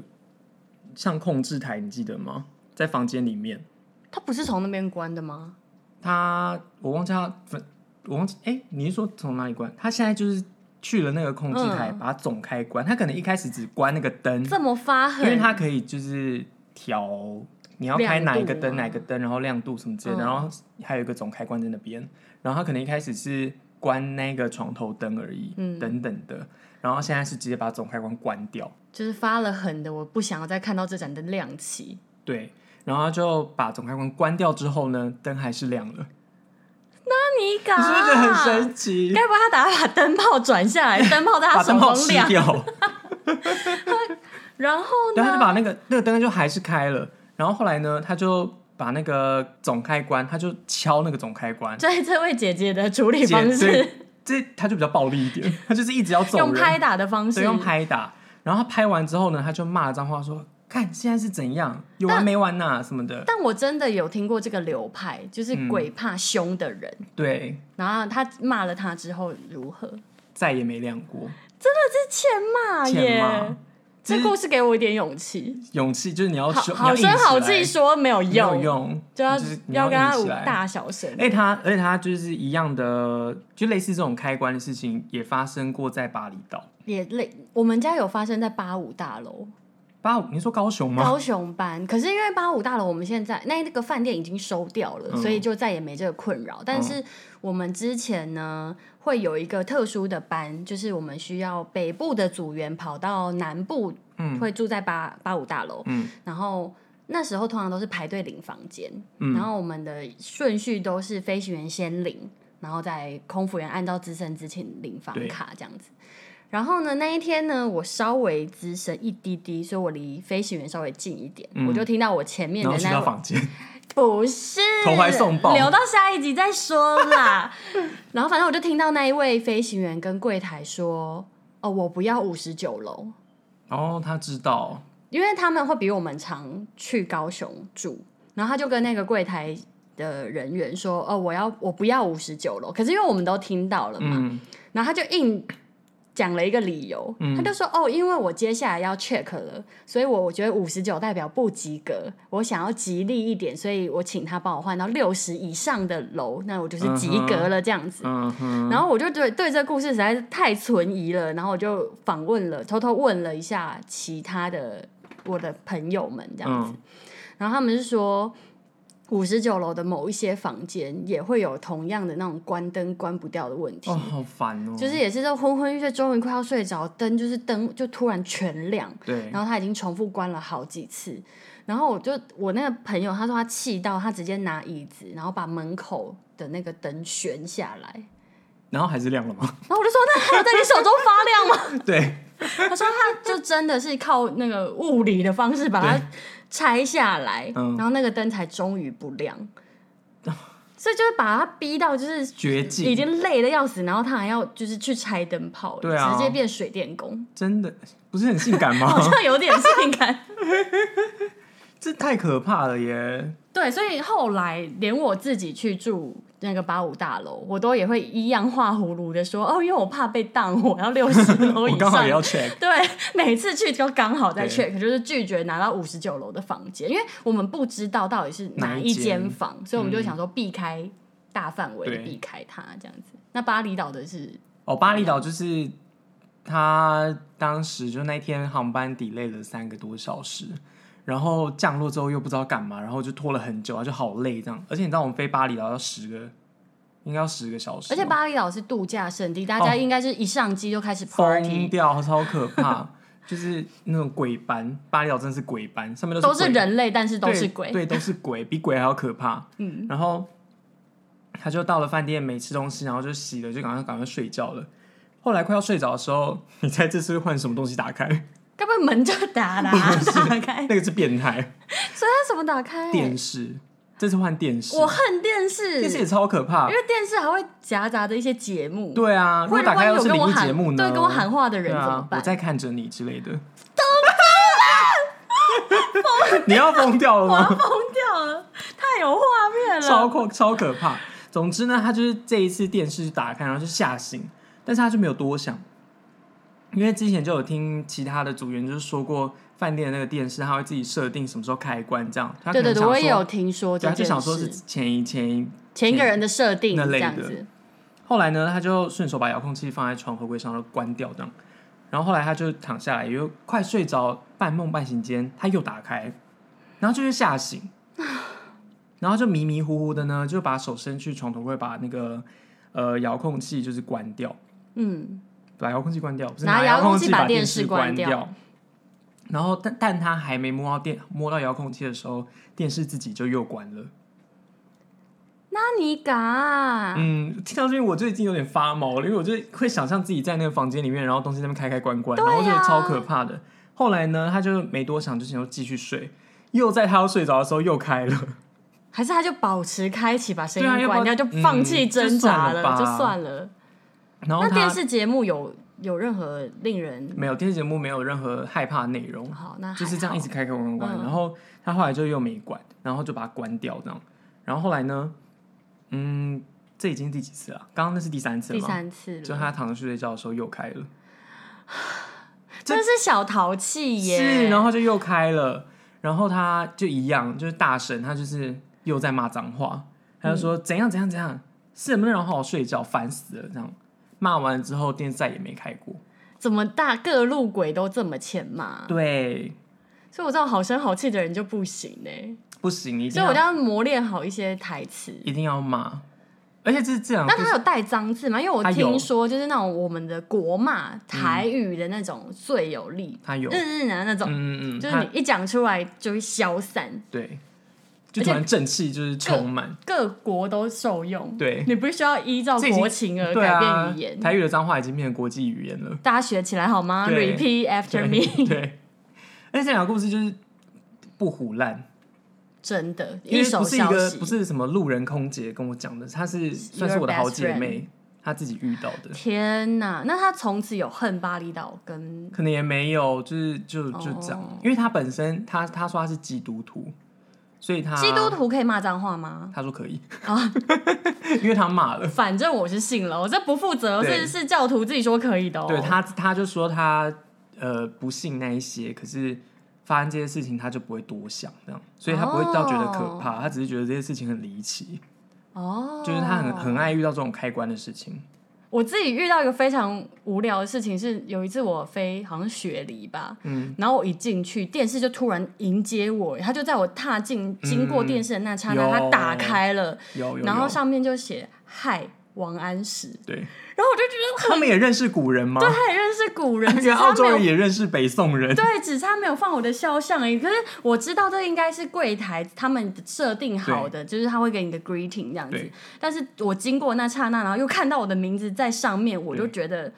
B: 像控制台，你记得吗？在房间里面，
A: 他不是从那边关的吗？
B: 他我忘记他，我忘记哎、你是说从哪里关？他现在就是去了那个控制台，
A: 嗯
B: 把总开关。他可能一开始只关那个灯，
A: 这么发
B: 因为
A: 狠，
B: 它可以就是调你要开哪一个
A: 亮
B: 灯、
A: 度啊
B: 哪一个灯，然后亮度什么之类
A: 嗯
B: 的，然后还有一个总开关在那边，然后它可能一开始是关那个床头灯而已，
A: 嗯
B: 等等的，然后现在是直接把总开关关掉，
A: 就是发了狠的，我不想要再看到这盏灯亮起。
B: 对，然后它就把总开关关掉之后呢，灯还是亮了，
A: 那你
B: 你
A: 敢？
B: 是不是觉得很神奇？
A: 该不会他打算把灯泡转下
B: [LAUGHS]
A: 来，灯泡在他
B: 把
A: 手
B: 灯泡
A: 中
B: 吃
A: 亮， [LAUGHS]
B: 掉，
A: 然后
B: 对，他就
A: 呢？
B: 把那个那个灯就还是开了，然后后来呢，他就把那个总开关，他就敲那个总开关，
A: 所以这位姐姐的处理
B: 姐
A: 方
B: 对
A: 式，
B: 这他就比较暴力一点，他就是一直要揍
A: [LAUGHS]
B: 人，
A: 用拍打的方
B: 对，
A: 式，
B: 用拍打。然后他拍完之后呢，他就骂脏话说：“看现在是怎样，有
A: 啊
B: 完没完呐、什么的。
A: 但我真的有听过这个流派，就是
B: 嗯
A: 鬼怕凶的人。”
B: 对，
A: 然后他骂了他之后如何？
B: 嗯
A: 是
B: 再也没亮过，
A: 欠骂
B: 欠
A: 啊耶
B: 骂！。
A: 这故事给我一点勇气。
B: 勇气就是你要
A: 好
B: 凶，
A: 好
B: 哦你要
A: 声
B: 硬起
A: 好
B: 来
A: 气说没有
B: 没有
A: 用，
B: 用，
A: 就要
B: 就是你
A: 要跟他
B: 硬
A: 舞
B: 起来。
A: 大小声。
B: 而且他，而且他就是一样的，就类似这种开关的事情也发生过在巴厘岛。
A: 也累，我们家有发生在八五大楼、
B: 巴五，你说高雄吗？
A: 高雄班，可是因为八五大楼我们现在那那个饭店已经收掉了，
B: 嗯
A: 所以就再也没这个困扰。但是我们之前呢，会有一个特殊的班，就是我们需要北部的组员跑到南部，
B: 嗯
A: 会住在八八五大楼，
B: 嗯
A: 然后。那时候通常都是排队领房间，
B: 嗯
A: 然后我们的顺序都是飞行员先领，然后在空服员按照资深之前领房
B: 对
A: 卡这样子。然后呢，那一天呢，我稍微资深一滴滴，所以我离飞行员稍微近一点，我就听到我前面
B: 嗯然
A: 的
B: 后去
A: 那
B: 到
A: 位
B: 房间，
A: 不是，
B: 投怀送抱
A: 留到下一集再说啦。 [LAUGHS] 然后反正我就听到那一位飞行员跟柜台说：“哦，我不要五十九楼，
B: 然后哦他知道，
A: 因为他们会比我们常去高雄住。”然后他就跟那个柜台的人员说：“哦，我要我不要五十九楼。”可是因为我们都听到了嘛，
B: 嗯，
A: 然后他就硬。讲了一个理由，他就说：“哦，因为我接下来要 check 了，所以我我觉得五十九代表不及格，我想要吉利一点，所以我请他帮我换到六十以上的楼，那我就是及格了这样子。
B: 嗯哼，
A: 然后我就对对这故事实在是太存疑了，然后我就访问了，偷偷问了一下其他的我的朋友们这样子，
B: 嗯
A: 然后他们是说。五十九楼的某一些房间也会有同样的那种关灯关不掉的问题，
B: 哦，好烦哦，
A: 就是也是在昏昏欲睡，终于快要睡着，灯就是灯就突然全亮，
B: 对，
A: 然后他已经重复关了好几次，然后我就我那个朋友他说他气到他直接拿椅子，然后把门口的那个灯悬下来，
B: 然后还是亮了吗？
A: 然后我就说那还有在你手中发亮吗？
B: [LAUGHS]
A: [LAUGHS]
B: 对，
A: 他说他就真的是靠那个物理的方式把它
B: 对
A: 拆下来，
B: 嗯
A: 然后那个灯才终于不
B: [LAUGHS]
A: 亮，所以就是把他逼到就是
B: 绝
A: 已
B: 境，
A: 经累得要死，然后他还要就是去拆灯泡，
B: 对啊
A: 直接变水电工， [LAUGHS]
B: 真的不是很性感吗
A: 好？像有点性
B: [LAUGHS]
A: 感。
B: 这太可怕了耶！
A: 对，所以后来连我自己去住那个八五大楼，我都也会一样画葫芦的说，哦，因为我怕被当，我要六十楼
B: 我
A: 以
B: 刚好
A: 上
B: 也。要
A: [LAUGHS]
B: check，
A: 对，每次去就刚好在
B: 对
A: check，就是拒绝拿到五十九楼的房间，因为我们不知道到底是哪
B: 哪
A: 一
B: 一间
A: 间房，所以我们就想说避开大范围的
B: 对
A: 避开它这样子。那巴厘岛的是
B: 哦，巴厘岛就是他当时就那天航班 delay 了三个多小时，然后降落之后又不知道干嘛，然后就拖了很久，啊，就好累这样。而且你知道我们飞巴厘岛要十个，应该要十个小时哦，
A: 而且巴厘岛是度假胜地，大家应该是一上机就开始 party，、
B: 疯
A: [LAUGHS]
B: 掉，超可怕，就是那种鬼班，巴厘岛真的是鬼班，上面
A: 都
B: 都
A: 是
B: 鬼
A: 人类，但是都
B: 对
A: 是鬼。
B: 对，都是鬼，比鬼还要可怕。嗯，然后他就到了饭店，没吃东西，然后就洗了，就赶快赶快睡觉了。后来快要睡着的时候，你猜这次会换什么东西打开？
A: 该不会门就打啦、[LAUGHS]
B: [LAUGHS]
A: 打开，
B: 那个是变态
A: 所以它怎么打开？
B: 电视，这次换电视，
A: 我恨电视，
B: 电视也超可怕
A: 因。为电视还会夹杂着一些节目。
B: 对啊，如
A: 会
B: 果打
A: 万
B: 开
A: 一
B: 又
A: 有
B: 是
A: 跟我
B: 灵异
A: 喊
B: 节目呢？
A: 对跟我喊话的人
B: 对
A: 怎么
B: 啊，
A: 办？ [LAUGHS]
B: 我在看着你之类的。 [LAUGHS] 你要疯掉了
A: 我要
B: 吗？
A: 疯掉了，太有画面
B: 超
A: 了。
B: 恐超可怕。总之呢，他就是这一次电视打开，然后就吓醒，但是他就没有多想，因为之前就有听其他的组员就是说过，饭店的那个电视他会自己设定什么时候开关，这样。他可
A: 对
B: 能
A: 对对，
B: 想
A: 我也有
B: 说，
A: 听说
B: 对，
A: 这
B: 他就
A: 件
B: 想说是
A: 事，
B: 前一前一。
A: 前一个人的设定
B: 那
A: 这
B: 类
A: 样
B: 的
A: 子。
B: 后来呢，他就顺手把遥控器放在床头柜上，然后关掉这样。然后后来他就躺下来，又快睡着，半梦半醒间，他又打开，然后就是吓醒，
A: [LAUGHS]
B: 然后就迷迷糊糊的呢，就把手伸去床头柜，把那个呃遥控器就是关掉，
A: 嗯，
B: 把遥控器关掉，不是
A: 拿遥
B: 遥
A: 控器
B: 器
A: 把
B: 把
A: 电视
B: 视
A: 关
B: 关
A: 掉。
B: 然后但但他还没摸到电摸到遥控器的时候，电视自己就又关了。
A: 那你敢、啊
B: 嗯，听到这边我就已经有点发毛了，因为我就会想象自己在那个房间里面，然后东西在那边开开关关，
A: 对啊
B: 然后就觉得超可怕的。后来呢，他就没多想，就想要继续睡。又在他要睡着的时候又开
A: [LAUGHS]
B: 了，
A: 还是他就保持开启，把声
B: 对啊
A: 音
B: 要不
A: 关
B: 要
A: 掉，就
B: 嗯
A: 放弃挣扎
B: 就算了
A: 了，
B: 吧
A: 就算了。
B: 然后
A: 那电
B: 他
A: 视节目有有任何令人
B: 没有电视节目没有任何害怕的内容，
A: 好？那还
B: 就是这样
A: 好
B: 一直开开关关关，
A: 嗯
B: 然后他后来就又没管，然后就把它关掉这样。然后后来呢，嗯，这已经第几次了？刚刚那是第三次了
A: 第
B: 吗？
A: 三次
B: 就
A: 了，
B: 他躺着睡觉的时候又开了。
A: 真的是小淘气耶！
B: 是，然后就又开了，然后他就一样，就是大神，他就是又在骂脏话，他就
A: 嗯
B: 说、怎样怎样怎样，是能不能让我好好睡觉，烦死了这样。骂完之后，电视再也没开过。
A: 怎么大各路鬼都这么欠骂？
B: 对，
A: 所以我这种好声好气的人就不行呢、
B: 不行，一
A: 所
B: 定
A: 以我
B: 要
A: 就要磨练好一些台词。
B: 一定要骂，而且这这两
A: 那
B: 个
A: 他有带脏字吗？因为我
B: 他有
A: 听说就是那种我们的国骂台语的那种最有力，
B: 他有，
A: 日日南那种，
B: 嗯嗯嗯，
A: 就是
B: 他
A: 你一讲出来就会消散。
B: 对，就突然正气就是充满。
A: 各国都受用，
B: 对
A: 你不需要依照
B: 这已经
A: 国情而
B: 对
A: 改
B: 啊
A: 变语言。
B: 台语的脏话已经变成国际语言了。
A: 大家学起来好吗
B: 对
A: ？Repeat after
B: 对
A: me，
B: 对，而且这两个故事就是不胡烂，
A: 真的，
B: 因
A: 一
B: 为
A: 手
B: 不是一
A: 消
B: 个
A: 息，
B: 不是什么路人空姐跟我讲的，她是算是我的好姐妹，她自己遇到的，
A: 天哪！那他从此有恨巴厘岛跟
B: 可能也没有，就是就就这样，
A: 哦
B: 因为她本身她她说她是基督徒，所以她
A: 基督徒可哦以骂脏话吗？
B: 她说可以 [LAUGHS] 因为她骂了，
A: 反正我是信了，我这不负责，
B: 对
A: 是是教徒自己说可以的哦。
B: 对她她就说她呃不信那一些，可是。发生这些事情，她就不会多想这样，所以她不会到觉得可怕，她只是觉得这些事情很离奇。
A: 哦，
B: 就是他很很爱遇到这种开关的事情。
A: 我自己遇到一个非常无聊的事情是，有一次我飞好像雪梨吧，
B: 嗯，
A: 然后我一进去，电视就突然迎接我，他就在我踏进经过电视的那刹那，
B: 嗯有
A: 他打开了，
B: 有有，
A: 然
B: 有
A: 后上面就写“嗨，王安石
B: 对，”，
A: 然后我就觉得
B: 他们也认识古人吗？
A: 他也认识古
B: [LAUGHS]
A: 人，只
B: 因
A: 是
B: 为澳
A: 他
B: 洲
A: 没有
B: 人也认识北宋人。
A: 对，只差没有放我的肖像而已。可是我知道这应该是柜台他们设定好的，就是他会给你个 greeting 这样子
B: 对。
A: 但是我经过那刹那，然后又看到我的名字在上面，我就觉得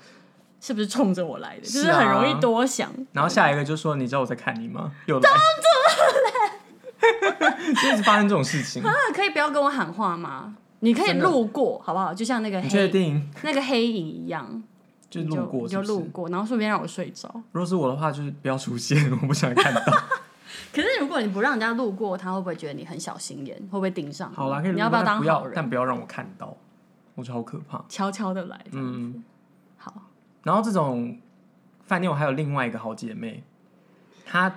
A: 是不是冲着我来的？就是是
B: 啊
A: 很容易多想。啊
B: 然后下一个就说：“你知道我在看你吗？”又来， [LAUGHS] 就一直发生这种事情。
A: 那可以不要跟我喊话吗？你可以
B: 真的
A: 路过，好不好？就像那个
B: 你确
A: 黑
B: 定？
A: 那个黑影一样，
B: 就
A: 你就
B: 路过
A: 你
B: 是
A: 就
B: 不是
A: 路过，然后顺便让我睡着。
B: 如果是我的话，就是不要出现，我不想
A: [LAUGHS]
B: 看到。
A: 可是如果你不让人家路过，他会不会觉得你很小心眼？会不会盯上你？
B: 好啦，可以
A: 你
B: 路
A: 要
B: 过
A: 不要
B: 但
A: 当
B: 不
A: 好
B: 要，
A: 人？
B: 但不要让我看到，我觉得好可怕。
A: 悄悄的来，这样子。
B: 嗯，
A: 好。
B: 然后这种饭店，我还有另外一个好姐妹，她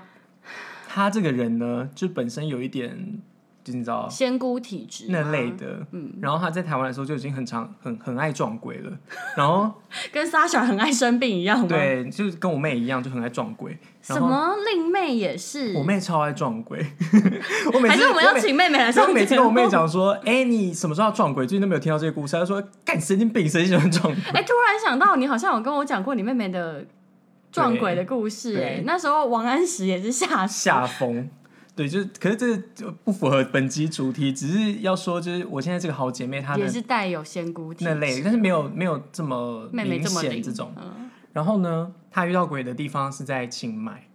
B: 她这个人呢，就本身有一点，就你知道
A: 仙姑体质
B: 那
A: 吗
B: 类，的，嗯，然后她在台湾的时候就已经很常很很爱撞鬼了，
A: [LAUGHS]
B: 然后
A: 跟莎小很爱生病一样吗？，
B: 对，就是跟我妹一样，就很爱撞鬼，
A: 什
B: 然后
A: 么令妹也是，
B: 我妹超爱撞鬼， [LAUGHS] 我每
A: 还
B: 次
A: 是我们要请妹妹来
B: 所
A: 上
B: 以我每次
A: 节
B: 跟我
A: 目
B: 妹。讲说，哎、你什么时候要撞鬼？最近都没有听到这个故事。她就说，干神经病，谁喜欢撞鬼？ [LAUGHS]
A: 哎、突然想到，你好像有跟我讲过你妹妹的撞鬼的故事、
B: 对
A: 哎，那时候王安石也是吓死，
B: 下风。对，就是，可是这个就不符合本集主题，只是要说，就是我现在这个好姐妹她
A: 也
B: 的
A: 是带有仙姑体质
B: 那类，但是没有没有这么
A: 嗯妹妹
B: 明
A: 这么
B: 显
A: 灵
B: 这种。
A: 嗯
B: 然后呢，她遇到鬼的地方是在清迈，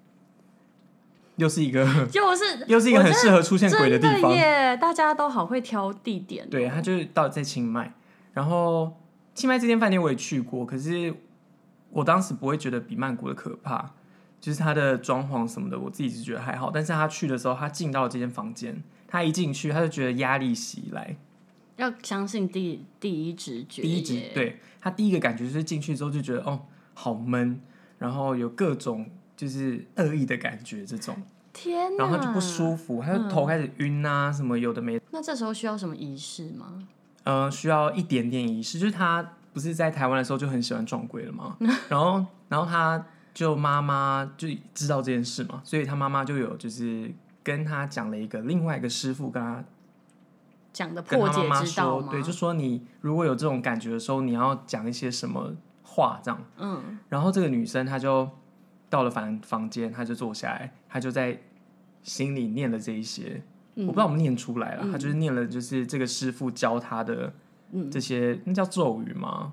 B: 又是一个
A: 就是
B: [LAUGHS] 又是一个
A: 我
B: 很
A: 真
B: 适合出现鬼
A: 真
B: 地
A: 的
B: 方。
A: 耶，大家都好会挑地点哦、
B: 对，啊她就是到在清迈，然后清迈这间饭店我也去过，可是我当时不会觉得比曼谷的可怕，就是它的装潢什么的，我自己是觉得还好。但是她去的时候，她进到这间房间，她一进去，她就觉得压力袭来，
A: 要相信第第一直觉耶，
B: 第一直对她第一个感觉就是进去之后就觉得哦好闷，然后有各种就是恶意的感觉这种，
A: 天哪，嗯
B: 然后她就不舒服，她就头开始晕啊、什么有的没的
A: 那这时候需要什么仪式吗？
B: 呃，需要一点点仪式，就是他不是在台湾的时候就很喜欢撞鬼了
A: [LAUGHS]
B: 吗？然后，然后他就妈妈就知道这件事嘛，所以他妈妈就有就是跟他讲了一个另外一个师傅跟他
A: 讲的
B: 跟
A: 破
B: 他妈
A: 解
B: 妈
A: 之道
B: 说，
A: 吗？
B: 对，就说你如果有这种感觉的时候，你要讲一些什么话这样。
A: 嗯。
B: 然后这个女生她就到了房房间，她就坐下来，她就在心里念了这一些，我不
A: 嗯
B: 知道我们念出来了，她就是念了就是这个师傅教她的
A: 嗯
B: 这些，那叫咒语吗？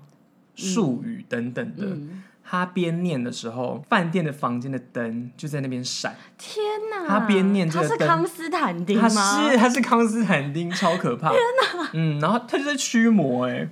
B: 术语等等的。
A: 嗯
B: 她边念的时候，饭店的房间的灯就在那边闪。
A: 天哪！
B: 他边念这
A: 他
B: 个
A: 是
B: 灯
A: 康斯坦丁
B: 他
A: 吗？
B: 是他是康斯坦丁，超可怕！天哪！嗯，然后他就在驱魔哎、欸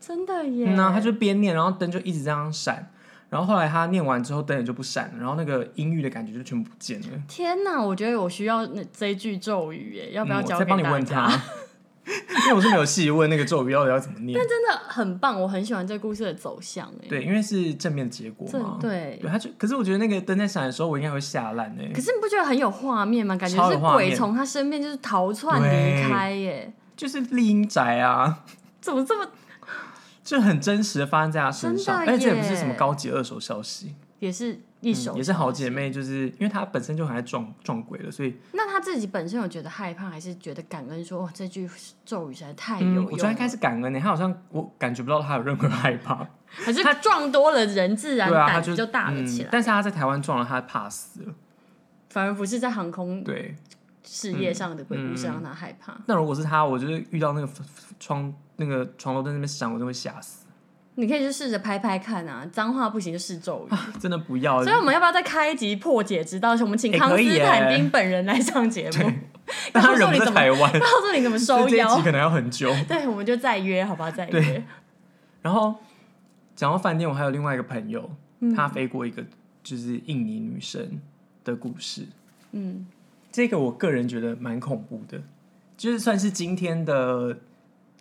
A: 真的耶！
B: 嗯、啊，他就边念，然后灯就一直这样闪。然后后来他念完之后，灯也就不闪了，然后那个阴郁的感觉就全部不见了。
A: 天哪！我觉得我需要那这一句咒语耶，要不要
B: 嗯
A: 教
B: 我再
A: 给
B: 帮你
A: 大
B: 问
A: 家？
B: 他， [LAUGHS] 因为我是没有细问那个咒语到底要怎么念
A: 但。真的很棒，我很喜欢这故事的走向哎。
B: 对，因为是正面的结果
A: 这
B: 嘛。
A: 对
B: 对，他就可是我觉得那个灯在闪的时候，我应该会吓烂哎、
A: 可是你不觉得很有画面吗？感觉
B: 超
A: 是
B: 有画面
A: 鬼从他身边就是逃窜离开耶，
B: 就是丽英宅啊，
A: 怎么这么
B: 就很真实的发生在她身上，
A: 真的
B: 而且这也不是
A: 耶
B: 什么高级二手消息，
A: 也是一
B: 嗯
A: 手、
B: 也是好姐。妹，就是因为她本身就很爱撞撞鬼了，所以
A: 那他自己本身有觉得害怕，还是觉得感恩说哇这句咒语实在太有
B: 嗯
A: 用了？
B: 我觉得应该是感恩的、欸她好像我感觉不到她有任何害怕，
A: 还是他撞多了人，自然
B: 对啊，她
A: 胆子就大了起
B: 嗯
A: 来。
B: 但是她在台湾撞了，她怕死了，
A: 反而不是在航空
B: 对，
A: 事业上的鬼故
B: 嗯
A: 事让他害怕。
B: 那如果是他，我就是遇到那个窗那个床头灯那边闪，我就会吓死。
A: 你可以去试着拍拍看啊，脏话不行就试咒语。
B: 真的不要，
A: 所以我们要不要再开一集破解之道？我们请
B: 欸
A: 康
B: 哦可以
A: 斯
B: 耶
A: 坦丁本人来上节目，
B: [LAUGHS] 但他
A: 告诉
B: 人
A: 你
B: 不在
A: 怎么，
B: 台湾，
A: 告诉你怎么
B: 所
A: 收
B: 以这一
A: 腰
B: 集。可能要很久。
A: [LAUGHS] 对，我们就再约，好不好？再约
B: 对。然后讲到饭店，我还有另外一个朋友，
A: 嗯
B: 他飞过一个就是印尼女生的故事。
A: 嗯，
B: 这个我个人觉得蛮恐怖的，就是算是今天的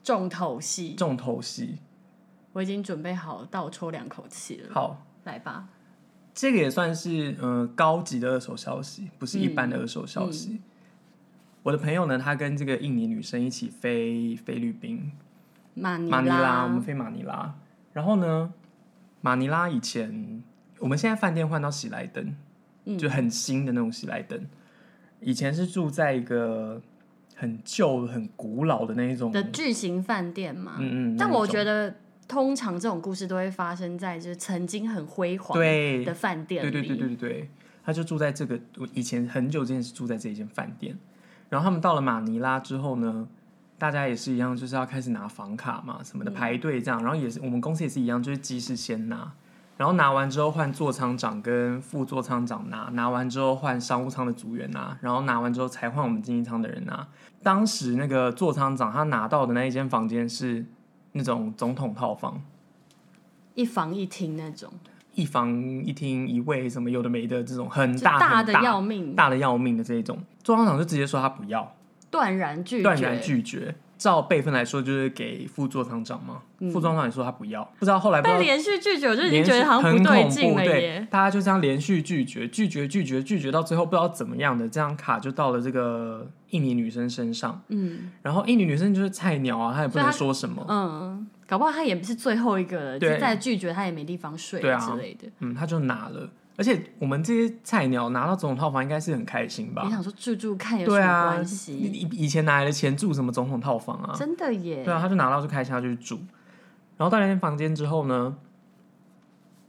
A: 重头戏，
B: 重头戏。
A: 我已经准备好倒抽两口气了，
B: 好，
A: 来吧。
B: 这个也算是呃高级的二手消息，不是一般的二手消息。我的朋友呢，他跟这个印尼女生一起飞菲律宾
A: 马尼
B: 马尼拉，我
A: 拉
B: 们，飞马尼拉。然后呢，马尼拉以前我们现在饭店换到喜来登，就很新的那种喜来登。以前是住在一个很旧、很古老的那一种，
A: 的巨型饭店嘛。
B: 嗯嗯，
A: 但
B: 那一
A: 我
B: 种
A: 觉得，通常这种故事都会发生在就是曾经很辉煌
B: 对
A: 的饭店
B: 对
A: 里。
B: 对对对对对，他就住在这个，我以前很久之前是住在这一间饭店。然后他们到了马尼拉之后呢，大家也是一样，就是要开始拿房卡嘛什么
A: 嗯
B: 的排队这样。然后也是我们公司也是一样，就是机师先拿，然后拿完之后换座舱长跟副座舱长拿，拿完之后换商务舱的组员拿，然后拿完之后才换我们经济舱的人拿。当时那个座舱长他拿到的那一间房间是那种总统套房。
A: 一房一厅那种，
B: 一房一厅一卫什么有的没的这种很
A: 就
B: 大
A: 大
B: 很
A: 的
B: 大
A: 要命，
B: 大的要命的这一种，中央厂就直接说他不要，
A: 断然拒绝。
B: 断然拒绝。照辈分来说，就是给副座厂长嘛，
A: 嗯
B: 副座厂长也说他不要，不知道后来不知
A: 被
B: 道
A: 连续拒绝，我就已经
B: 连续
A: 觉得好像
B: 很
A: 不对
B: 恐
A: 劲
B: 怖，
A: 了
B: 对
A: 耶。，
B: 大家就这样连续拒绝，拒绝，拒绝，拒绝，到最后不知道怎么样的，这张卡就到了这个印尼女生身上，
A: 嗯
B: 然后印尼女生就是菜鸟啊，她也不
A: 所以
B: 能
A: 她
B: 说什么，
A: 嗯，搞不好他也不是最后一个了，就
B: 对
A: 再拒绝他也没地方睡
B: 对啊
A: 之类的。
B: 嗯，她就拿了，而且我们这些菜鸟拿到总统套房应该是很开心吧
A: 你？想说住住看有什
B: 对
A: 么
B: 啊，
A: 关
B: 以
A: 系？
B: 以前哪来的钱住什么总统套房啊？
A: 真的耶，
B: 对啊，他就拿到就开下去住。然后到那间房间之后呢，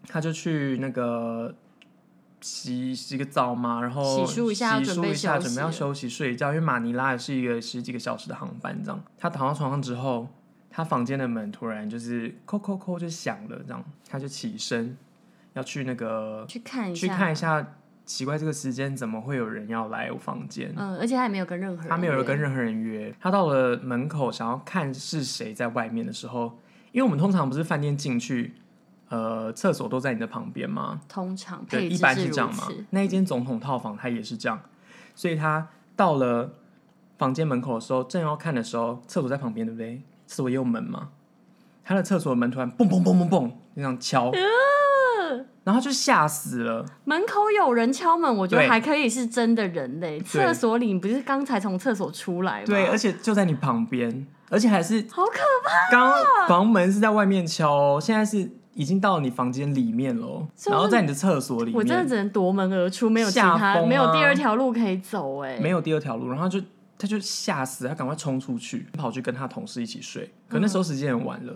B: 他就去那个洗洗个澡嘛，然后
A: 洗漱一下
B: 洗
A: 准
B: 漱
A: 备
B: 一下，
A: 休
B: 准备
A: 息
B: 要
A: 了
B: 休息睡觉，因为马尼拉也是一个十几个小时的航班这样。他躺到床上之后，他房间的门突然就是扣扣扣就响了，这样他就起身要去那个
A: 去看一下，
B: 去看一下，奇怪这个时间怎么会有人要来我房间？
A: 嗯，而且他也没有跟任何人，
B: 他没有跟，任何人约。他到了门口，想要看是谁在外面的时候，因为我们通常不是饭店进去，呃，厕所都在你的旁边吗？
A: 通常
B: 对，
A: 配
B: 一
A: 置
B: 般
A: 是
B: 是
A: 如
B: 这样嘛
A: 此。
B: 那一间总统套房它也是这样，所以他到了房间门口的时候，正要看的时候，厕所在旁边，对不对？厕所也有门嘛，他的厕所门突然嘣嘣嘣嘣嘣那样敲，然后他就吓死了。
A: 门口有人敲门，我觉得
B: 对
A: 还可以是真的人类。厕所里你不是刚才从厕所出来吗？
B: 对，而且就在你旁边，而且还是
A: 好可怕！
B: 刚刚房门是在外面敲、哦，现在是已经到你房间里面了哦，
A: 所以
B: 然
A: 我
B: 后在你的厕所里
A: 我真的
B: 面，
A: 只能夺门而出，没有其
B: 吓
A: 他，
B: 疯啊
A: 没有第二条路可以走、哎，
B: 没有第二条路，然后他就他就吓死，他赶快冲出去，跑去跟他同事一起睡。可那时候时间很晚了，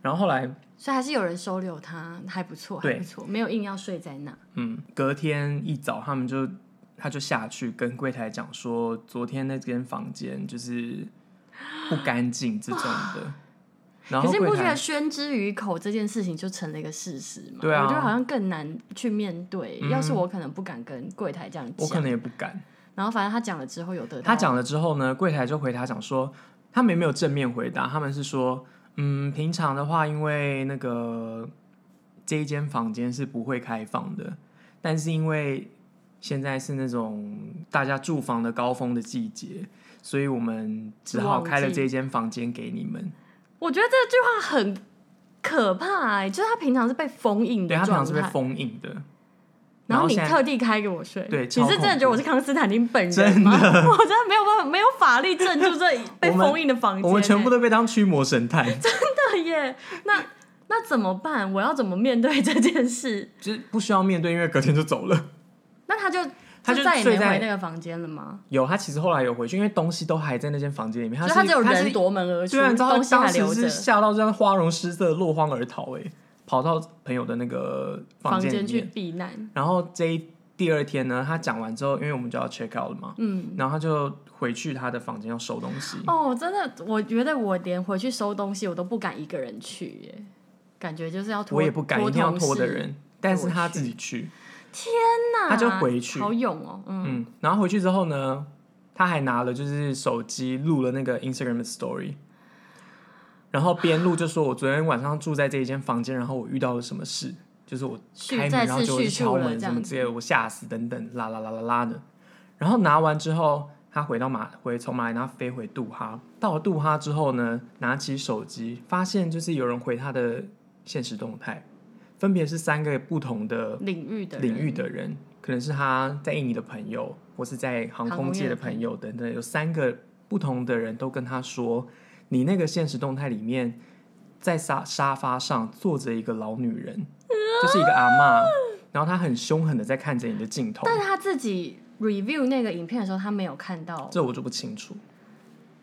B: 然后后来
A: 所以还是有人收留他，还不错，还
B: 对
A: 不错，没有硬要睡在那。
B: 嗯，隔天一早他们就他就下去跟柜台讲说，昨天那间房间就是不干净这种的，然
A: 可
B: 后
A: 是你
B: 柜
A: 不觉
B: 台
A: 得宣之于口这件事情就成了一个事实吗？
B: 对啊
A: 我觉得好像更难去面对。
B: 嗯
A: 要是我可能不敢跟柜台这样
B: 我可
A: 讲，
B: 能也不敢。
A: 然后反正他讲了之后有得到，
B: 他讲了之后呢，柜台就回他讲说，他们也没有正面回答，他们是说，嗯，平常的话，因为那个这一间房间是不会开放的，但是因为现在是那种大家住房的高峰的季节，所以我们只好开了这一间房间给你们。
A: 我觉得这句话很可怕、哎，就是他平常是被封印
B: 对
A: 的
B: 他平
A: 状
B: 常是被
A: 态，
B: 封印的，
A: 然后你
B: 现在
A: 特地开给我睡，
B: 对
A: 你
B: 超
A: 是真的觉得我是康斯坦丁本人吗？ [LAUGHS] 我真的没有办法，没有法力镇住这被
B: 我们
A: 封印的房间、
B: [LAUGHS] 我们全部
A: 都
B: 都被当驱魔神探， [LAUGHS]
A: 真的耶，那那怎么办？我要怎么面对这件事？ [LAUGHS]
B: 就是不需要面对，因为隔天就走了。
A: 那他就
B: 他
A: 就
B: 就
A: 再也
B: 睡
A: 没
B: 在
A: 回那个房间了吗？
B: 有，他其实后来有回去，因为东西都还在那间房间里面，
A: 所以
B: 是
A: 他只有
B: 是
A: 人夺门而出
B: 对啊，你，知道
A: 东
B: 他
A: 西还
B: 当
A: 留
B: 时
A: 着
B: 是。吓到这样花容失色，落荒而逃、欸，哎，跑到朋友的那个
A: 房
B: 间
A: 间
B: 里
A: 去
B: 面。
A: 避难，
B: 然后这一第二天呢，他讲完之后，因为我们就要 check out 了嘛，嗯，然后他就回去他的房间要收东西。
A: 哦，真的，我觉得我连回去收东西我都不敢一个人去耶，感觉就是要拖，
B: 我也不敢，一定要拖的
A: 同事。
B: 人，但是他自己去，
A: 天哪
B: 他就回去
A: 好勇哦，嗯，
B: 嗯，然后回去之后呢，他还拿了就是手机录了那个 Instagram 的 story，然后边录就说我昨天晚上住在这一间房间，然后我遇到了什么事，就是我
A: 叙
B: 开门
A: 再
B: 然后
A: 次
B: 就会
A: 叙
B: 敲
A: 述了
B: 门
A: 这
B: 什么
A: 样
B: 之类的，我吓死等等，啦啦啦啦啦的。然后拿完之后，他回到马回从马来纳飞回杜哈，到了杜哈之后呢，拿起手机发现就是有人回他的现实动态，分别是三个不同的
A: 领域的人
B: 领域的人，可能是他在印尼的朋友，或是在航空界的朋友等等，有三个不同的人都跟他说，你那个现实动态里面，在沙沙发上坐着一个老女人，就是一个阿嬷，然后她很凶狠的在看着你的镜头，
A: 但是他自己 review 那个影片的时候，他没有看到，
B: 这我就不清楚。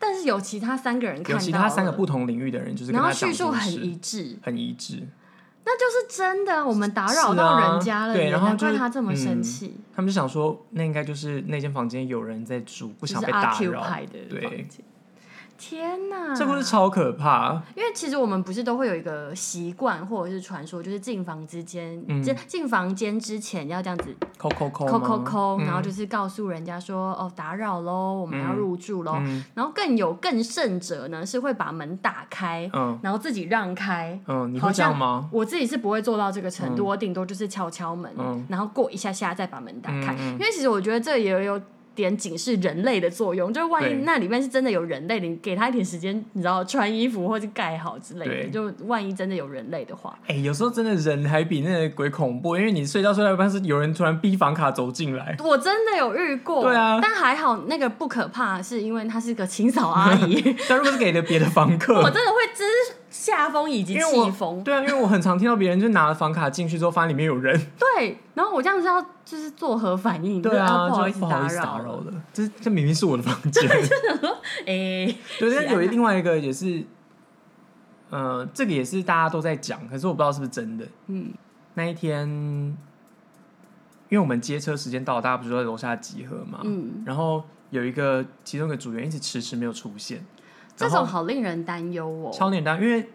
A: 但是有其他三个人看到
B: 有
A: 了，
B: 其他三个不同领域的人，就是跟
A: 然后
B: 他讲
A: 叙述
B: 这个
A: 很
B: 事
A: 一致，
B: 很一致，
A: 那就是真的，我们打扰
B: 是
A: 到
B: 啊
A: 人家了耶，
B: 对然后
A: 难怪
B: 就是
A: 他这么生
B: 嗯
A: 气。
B: 他们就想说，那应该就是那间房间有人在住，不
A: 就
B: 想
A: 是
B: 被
A: 阿
B: 打
A: Q
B: 扰
A: 派。的房
B: 对，
A: 间。天哪！
B: 这故事超可怕。
A: 因为其实我们不是都会有一个习惯或者是传说，就是进房之间，
B: 嗯
A: 进进房间之前要这样子
B: 扣扣扣
A: 抠
B: 吗
A: 抠抠，
B: 嗯
A: 然后就是告诉人家说哦打扰喽，我们要
B: 嗯
A: 入住喽。
B: 嗯
A: 然后更有更甚者呢，是会把门打开，
B: 嗯
A: 然后自己让开。
B: 嗯，你
A: 好
B: 会这样
A: 像
B: 吗？
A: 我自己是不会做到这个程度，我顶多就是敲敲门，
B: 嗯
A: 然后过一下下再把门打开。
B: 嗯嗯
A: 因为其实我觉得这也有点警示人类的作用，就是万一
B: 对
A: 那里面是真的有人类，你给他一点时间，你知道穿衣服或是盖好之类的，
B: 对
A: 就万一真的有人类的话，
B: 哎、有时候真的人还比那个鬼恐怖，因为你睡觉睡到一半是有人突然逼房卡走进
A: [LAUGHS]
B: 来，
A: 我真的有遇过。
B: 对啊
A: 但还好那个不可怕，是因为她是个清扫阿
B: [LAUGHS]
A: 姨，
B: 但如果是给了别的房
A: 我
B: 客，
A: 真的会知下风以及
B: 因为
A: 气
B: 我
A: 风。
B: 对啊，因为我很常听到别人就拿了房卡进去之后，发现里面有人，
A: 对，然后我这样是要就是做何反应？
B: 对啊，
A: 就不好意
B: 就
A: 思
B: 不好意思打
A: 打
B: 扰
A: 了。
B: 了，这这明明是我的房间，
A: 哎、
B: 对，但
A: 是啊
B: 有一另外一个也是，呃，这个也是大家都在讲，可是我不知道是不是真的。
A: 嗯，
B: 那一天，因为我们接车时间到了，大家不是都在楼下集合嘛，
A: 嗯，
B: 然后有一个其中一个组员一直迟迟没有出现，
A: 这
B: 然后
A: 种好令人担忧哦。
B: 超简单，因为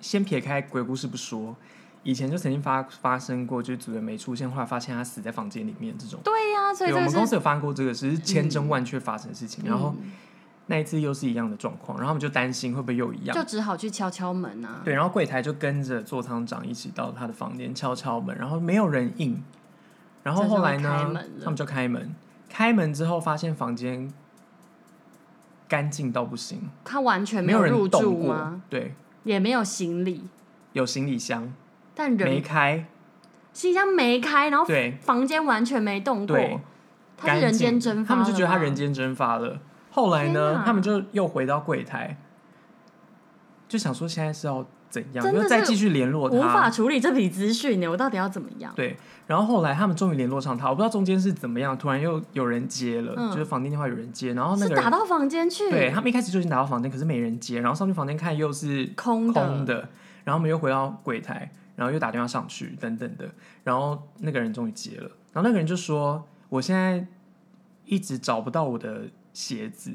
B: 先撇开鬼故事不说，以前就曾经发发生过，就是组员没出现，后来发现他死在房间里面这种。
A: 对呀、所以这
B: 对，我
A: 个
B: 们
A: 是
B: 公司有发生过这个，只是千真万确发生的事情。然后
A: 嗯
B: 那一次又是一样的状况，然后我们就担心会不会又一样。
A: 就只好去敲敲门啊。
B: 对，然后柜台就跟着座舱长一起到他的房间敲敲门，然后没有人应，然后
A: 这时候
B: 后来
A: 开
B: 呢
A: 门了，
B: 他们就开门，开门之后发现房间干净到不行，
A: 他完全
B: 没
A: 有入
B: 人动
A: 住
B: 过
A: 吗？，
B: 对，
A: 也没有行李，
B: 有行李箱
A: 但
B: 没
A: 人
B: 开，
A: 行李箱没开，然后
B: 对
A: 房间完全没动哦过
B: 对，，
A: 他是
B: 干
A: 人
B: 净
A: 间
B: 的
A: 蒸发
B: 他
A: 了吗，
B: 们就觉得他人间蒸发了。后来
A: 天
B: 呢
A: 哪，
B: 他们就又回到柜台，就想说现在是要怎样，
A: 真的
B: 就再
A: 是
B: 继续联络他，
A: 无法处理这笔资讯欸呢，我到底要怎么样？
B: 对，然后后来他们终于联络上他，我不知道中间是怎么样，突然又有人接了，
A: 嗯
B: 就是房间电话有人接，然后那
A: 是
B: 个
A: 打
B: 人
A: 到房间去，
B: 对他们一开始就已经打到房间，可是没人接，然后上去房间看又是
A: 空的
B: 空的，然后我们又回到柜台，然后又打电话上去等等的，然后那个人终于接了，然后那个人就说：“我现在一直找不到我的鞋子，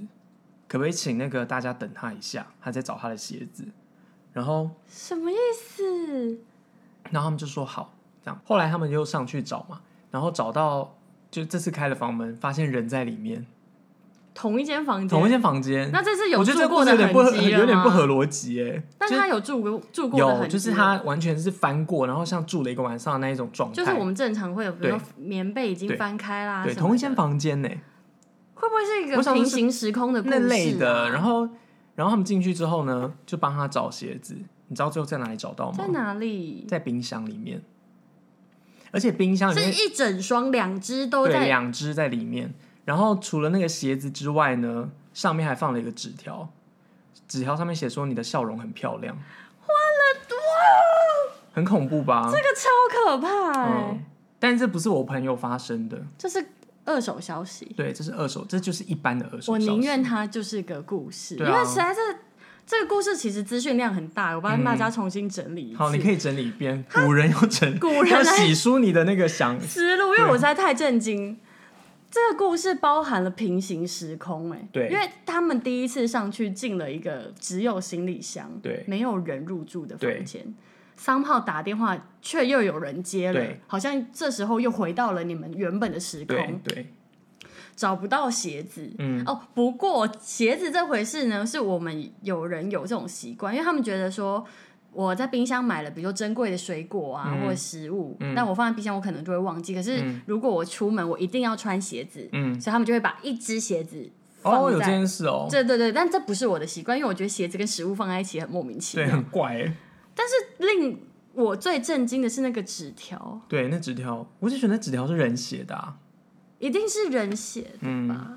B: 可不可以请那个大家等他一下，他在找他的鞋子。”然后
A: 什么意思？
B: 然后他们就说好，这样。后来他们又上去找嘛，然后找到就这次开了房门，发现人在里面，
A: 同一间房间，
B: 同一间房间。
A: 那这是有
B: 我觉得
A: 住
B: 这
A: 过
B: 故事
A: 的
B: 有点不合，
A: 痕迹了
B: 有点不
A: 吗
B: 合逻辑哎。
A: 但
B: 就是
A: 他有住过住过的
B: 有，
A: 痕迹，
B: 就是他完全是翻过，然后像住了一个晚上的那一种状态。
A: 就是我们正常会有，比如说
B: 对
A: 棉被已经
B: 对
A: 翻开啦，
B: 对
A: 什么
B: 同一间
A: 的
B: 房间呢、
A: 会不会是一个
B: 我想说
A: 平
B: 是
A: 行时空的故事、
B: 那
A: 啊、
B: 类的。然后，然后他们进去之后呢，就帮他找鞋子。你知道最后在哪里找到吗？
A: 在哪里？
B: 在冰箱里面，而且冰箱里面
A: 是一整双，两只都
B: 对，
A: 在。
B: 两只在里面。然后除了那个鞋子之外呢，上面还放了一个纸条，纸条上面写说你的笑容很漂亮。哇了，很恐怖吧？
A: 这个超可怕、欸，
B: 嗯，但这不是我朋友发生的，
A: 这是二手消息。
B: 对，这是二手，这就是一般的二手消息。
A: 我宁愿它就是个故事，
B: 对
A: 因
B: 啊
A: 为实在是这个故事其实资讯量很大，我帮大家重新整理一次。
B: 嗯好，你可以整理一遍，古人要整，
A: 古人
B: 要
A: 来
B: 洗梳你的那个想，
A: 思路，因为我实在太震惊。这个故事包含了平行时空、欸，哎，
B: 对
A: 因为他们第一次上去进了一个只有行李箱，
B: 对
A: 没有人入住的
B: 对
A: 房间。桑炮打电话，却又有人接了
B: 对，
A: 好像这时候又回到了你们原本的时
B: 对
A: 空，
B: 对，
A: 找不到鞋子。
B: 嗯，
A: 哦，不过鞋子这回事呢，是我们有人有这种习惯，因为他们觉得说我在冰箱买了，比如说珍贵的水果啊、
B: 嗯
A: 或者食物，
B: 嗯
A: 但我放在冰箱，我可能就会忘记。可是
B: 嗯
A: 如果我出门，我一定要穿鞋子，
B: 嗯
A: 所以他们就会把一只鞋子
B: 哦，
A: 放
B: 有这
A: 在。
B: 件事哦，
A: 这对对，但这不是我的习惯，因为我觉得鞋子跟食物放在一起很莫名其
B: 对，
A: 妙。
B: 很怪欸，
A: 令我最震惊的是那个纸条，
B: 对，那纸条，我就觉得那纸条是人写的啊，
A: 一定是人写的
B: 嗯，
A: 吧？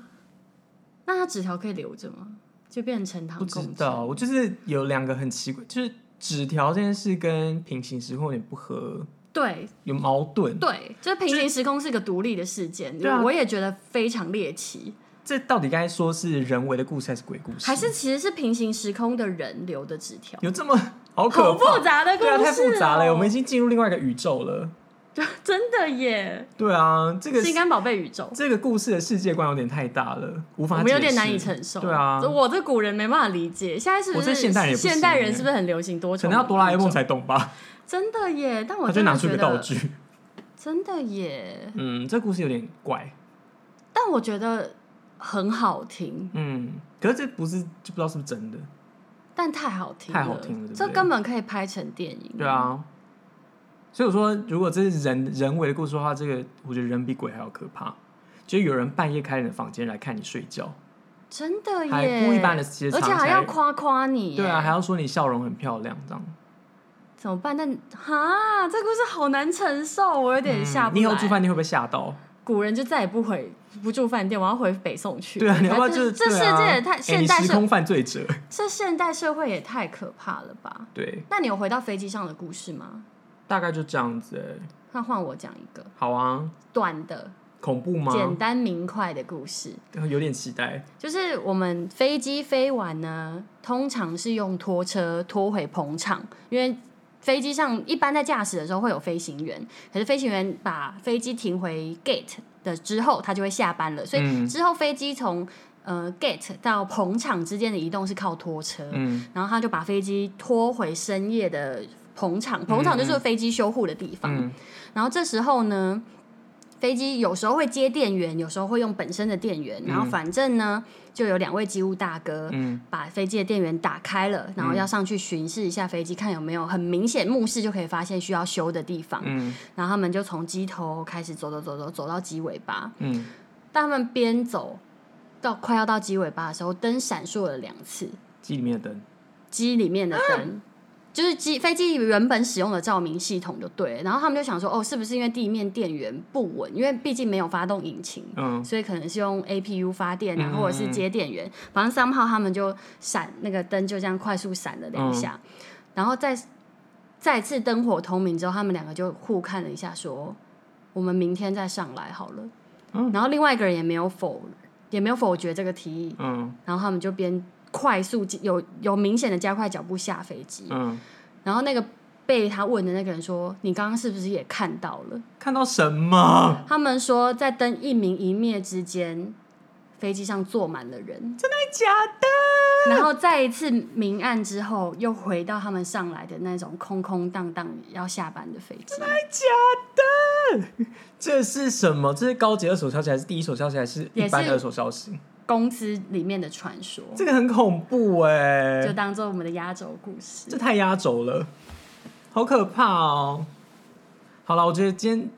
A: 那他纸条可以留着吗？就变成陈
B: 不
A: 堂
B: 知
A: 公证
B: 道，我就是有两个很奇怪，就是纸条这件事跟平行时空有点不合，
A: 对，
B: 有矛盾，
A: 对，就是平行时空是一个独立的事件，
B: 对啊
A: 我也觉得非常猎奇。
B: 这到底该说是人为的故事还是鬼故事？
A: 还是其实是平行时空的人留的纸条，
B: 有这么好可
A: 好
B: 怕？
A: 复杂的故
B: 对
A: 事、
B: 啊，
A: 哦
B: 太复杂了，我们已经进入另外一个宇宙了。
A: [LAUGHS] 真的耶，
B: 对啊，这个
A: 心肝宝贝宇宙，
B: 这个故事的世界观有点太大了，无
A: 我
B: 法
A: 们有点
B: 解释
A: 难以承受。
B: 对啊，
A: 我这古人没办法理解，现在是不
B: 我
A: 是
B: 这现代人也不行
A: 现代人是不是很流行多
B: 可
A: 重？
B: 能要哆啦 A 梦才懂吧？
A: 真的耶， [LAUGHS] 但我
B: 他就
A: 真的
B: 拿出一个
A: 觉得 [LAUGHS]
B: 道，具，
A: 真的耶，
B: 嗯，这故事有点怪，
A: 但我觉得很好听，
B: 嗯，可是这不是就不知道是不是真的，
A: 但太好听了，
B: 太好听了对不对
A: 这根本可以拍成电影。
B: 对啊。所以我说，如果这是人人为的故事的话，这个我觉得人比鬼还要可怕。就有人半夜开你的房间来看你睡觉，
A: 真的耶，
B: 还故意把你的鞋
A: 而且
B: 藏
A: 还
B: 起
A: 要
B: 来
A: 夸夸你耶，
B: 对啊，还要说你笑容很漂亮，这样
A: 怎么办？但哈，这故事好难承受，我有点下
B: 嗯
A: 不
B: 你以
A: 来。
B: 后住饭店会不会吓到？
A: 古人就再也不回不住饭店，我要回北宋去。哎
B: 对啊，你要不要
A: 这
B: 就
A: 这世
B: 对啊
A: 界也太
B: 哎
A: 现
B: 你
A: 代
B: 时
A: 社
B: 空犯罪者，
A: 这现代社会也太可怕了吧？
B: 对，
A: 那你有回到飞机上的故事吗？
B: 大概就这样子、哎
A: 那换我讲一个
B: 好啊，
A: 短的、
B: 恐怖吗？
A: 简单明快的故事。
B: 有点期待。
A: 就是我们飞机飞完呢，通常是用拖车拖回棚场，因为飞机上一般在驾驶的时候会有飞行员，可是飞行员把飞机停回 gate 的之后，他就会下班了，所以
B: 嗯
A: 之后飞机从呃 gate 到棚场之间的移动是靠拖车，
B: 嗯
A: 然后他就把飞机拖回深夜的棚场，棚场就是飞机修护的地方。
B: 嗯
A: 然后这时候呢，飞机有时候会接电源，有时候会用本身的电源。然后反正呢，就有两位机务大哥
B: 嗯
A: 把飞机的电源打开了，然后要上去巡视一下飞机，看有没有很明显目视就可以发现需要修的地方。
B: 嗯
A: 然后他们就从机头开始走走走走走到机尾巴，
B: 嗯，
A: 但他们边走到快要到机尾巴的时候，灯闪烁了两次。
B: 机里面的灯，
A: 机里面的灯，就是机飞机原本使用的照明系统就对了。然后他们就想说，哦，是不是因为地面电源不稳？因为毕竟没有发动引擎，
B: 嗯
A: 所以可能是用 APU 发电啊
B: 嗯，
A: 或者是接电源。反正 somehow 他们就闪那个灯，就这样快速闪了两下，
B: 嗯
A: 然后再再次灯火通明之后，他们两个就互看了一下，说我们明天再上来好了。
B: 嗯
A: 然后另外一个人也没有否也没有否决这个提议，
B: 嗯
A: 然后他们就边快速有有明显的加快脚步下飞机，
B: 嗯，
A: 然后那个被他问的那个人说：“你刚刚是不是也看到了
B: 看到什？”么？
A: 他们说在灯一明一灭之间，飞机上坐满了人，
B: 太假的！
A: 然后再一次明暗之后，又回到他们上来的那种空空荡荡要下班的飞机。
B: 这是什么？这是高级二手消息，还是第一手消息，还是一般
A: 也是
B: 的二手消息？
A: 公司里面的传说，
B: 这个很恐怖哎、
A: 就当做我们的压轴故事
B: 这。太压轴了，好可怕哦！好了，我觉得今天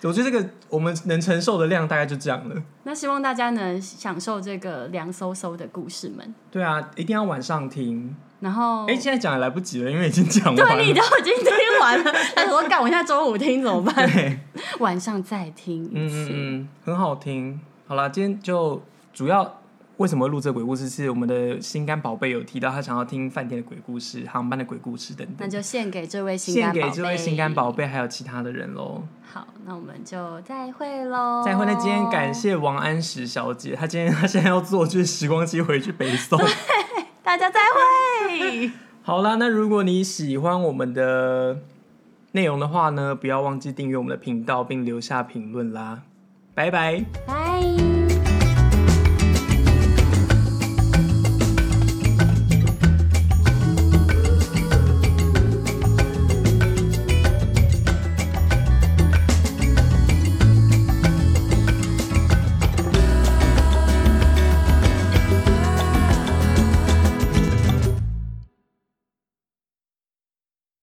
B: 这，我觉得这个我们能承受的量大概就这样了。
A: 那希望大家能享受这个凉飕飕的故事们。
B: 对啊，一定要晚上听。
A: 然后，
B: 哎、现在讲也来不及了，因为已经讲完
A: 哦对你
B: 了。
A: 都已经听完
B: [LAUGHS]
A: 了，他说干，我现在中午听怎么办？
B: 对，
A: 晚上再听一
B: 嗯
A: 次
B: 嗯。嗯，很好听。好啦，今天就主要为什么会录这个鬼故事，是我们的心肝宝贝有提到他想要听饭店的鬼故事、航班的鬼故事等
A: 那
B: 等，
A: 就献给这位心
B: 献
A: 肝宝
B: 给
A: 贝，
B: 这位心肝宝贝还有其他的人喽。
A: 好，那我们就再会喽。
B: 再会！那今天
A: [LAUGHS]
B: 感谢王安石小姐，她今天她现在要坐就是时光机回去北宋。
A: 大大家再
B: [LAUGHS]
A: 会。
B: 好啦，那如果你喜欢我们的内容的话呢，不要忘记订阅我们的频道并留下评论啦，拜拜。
A: 拜。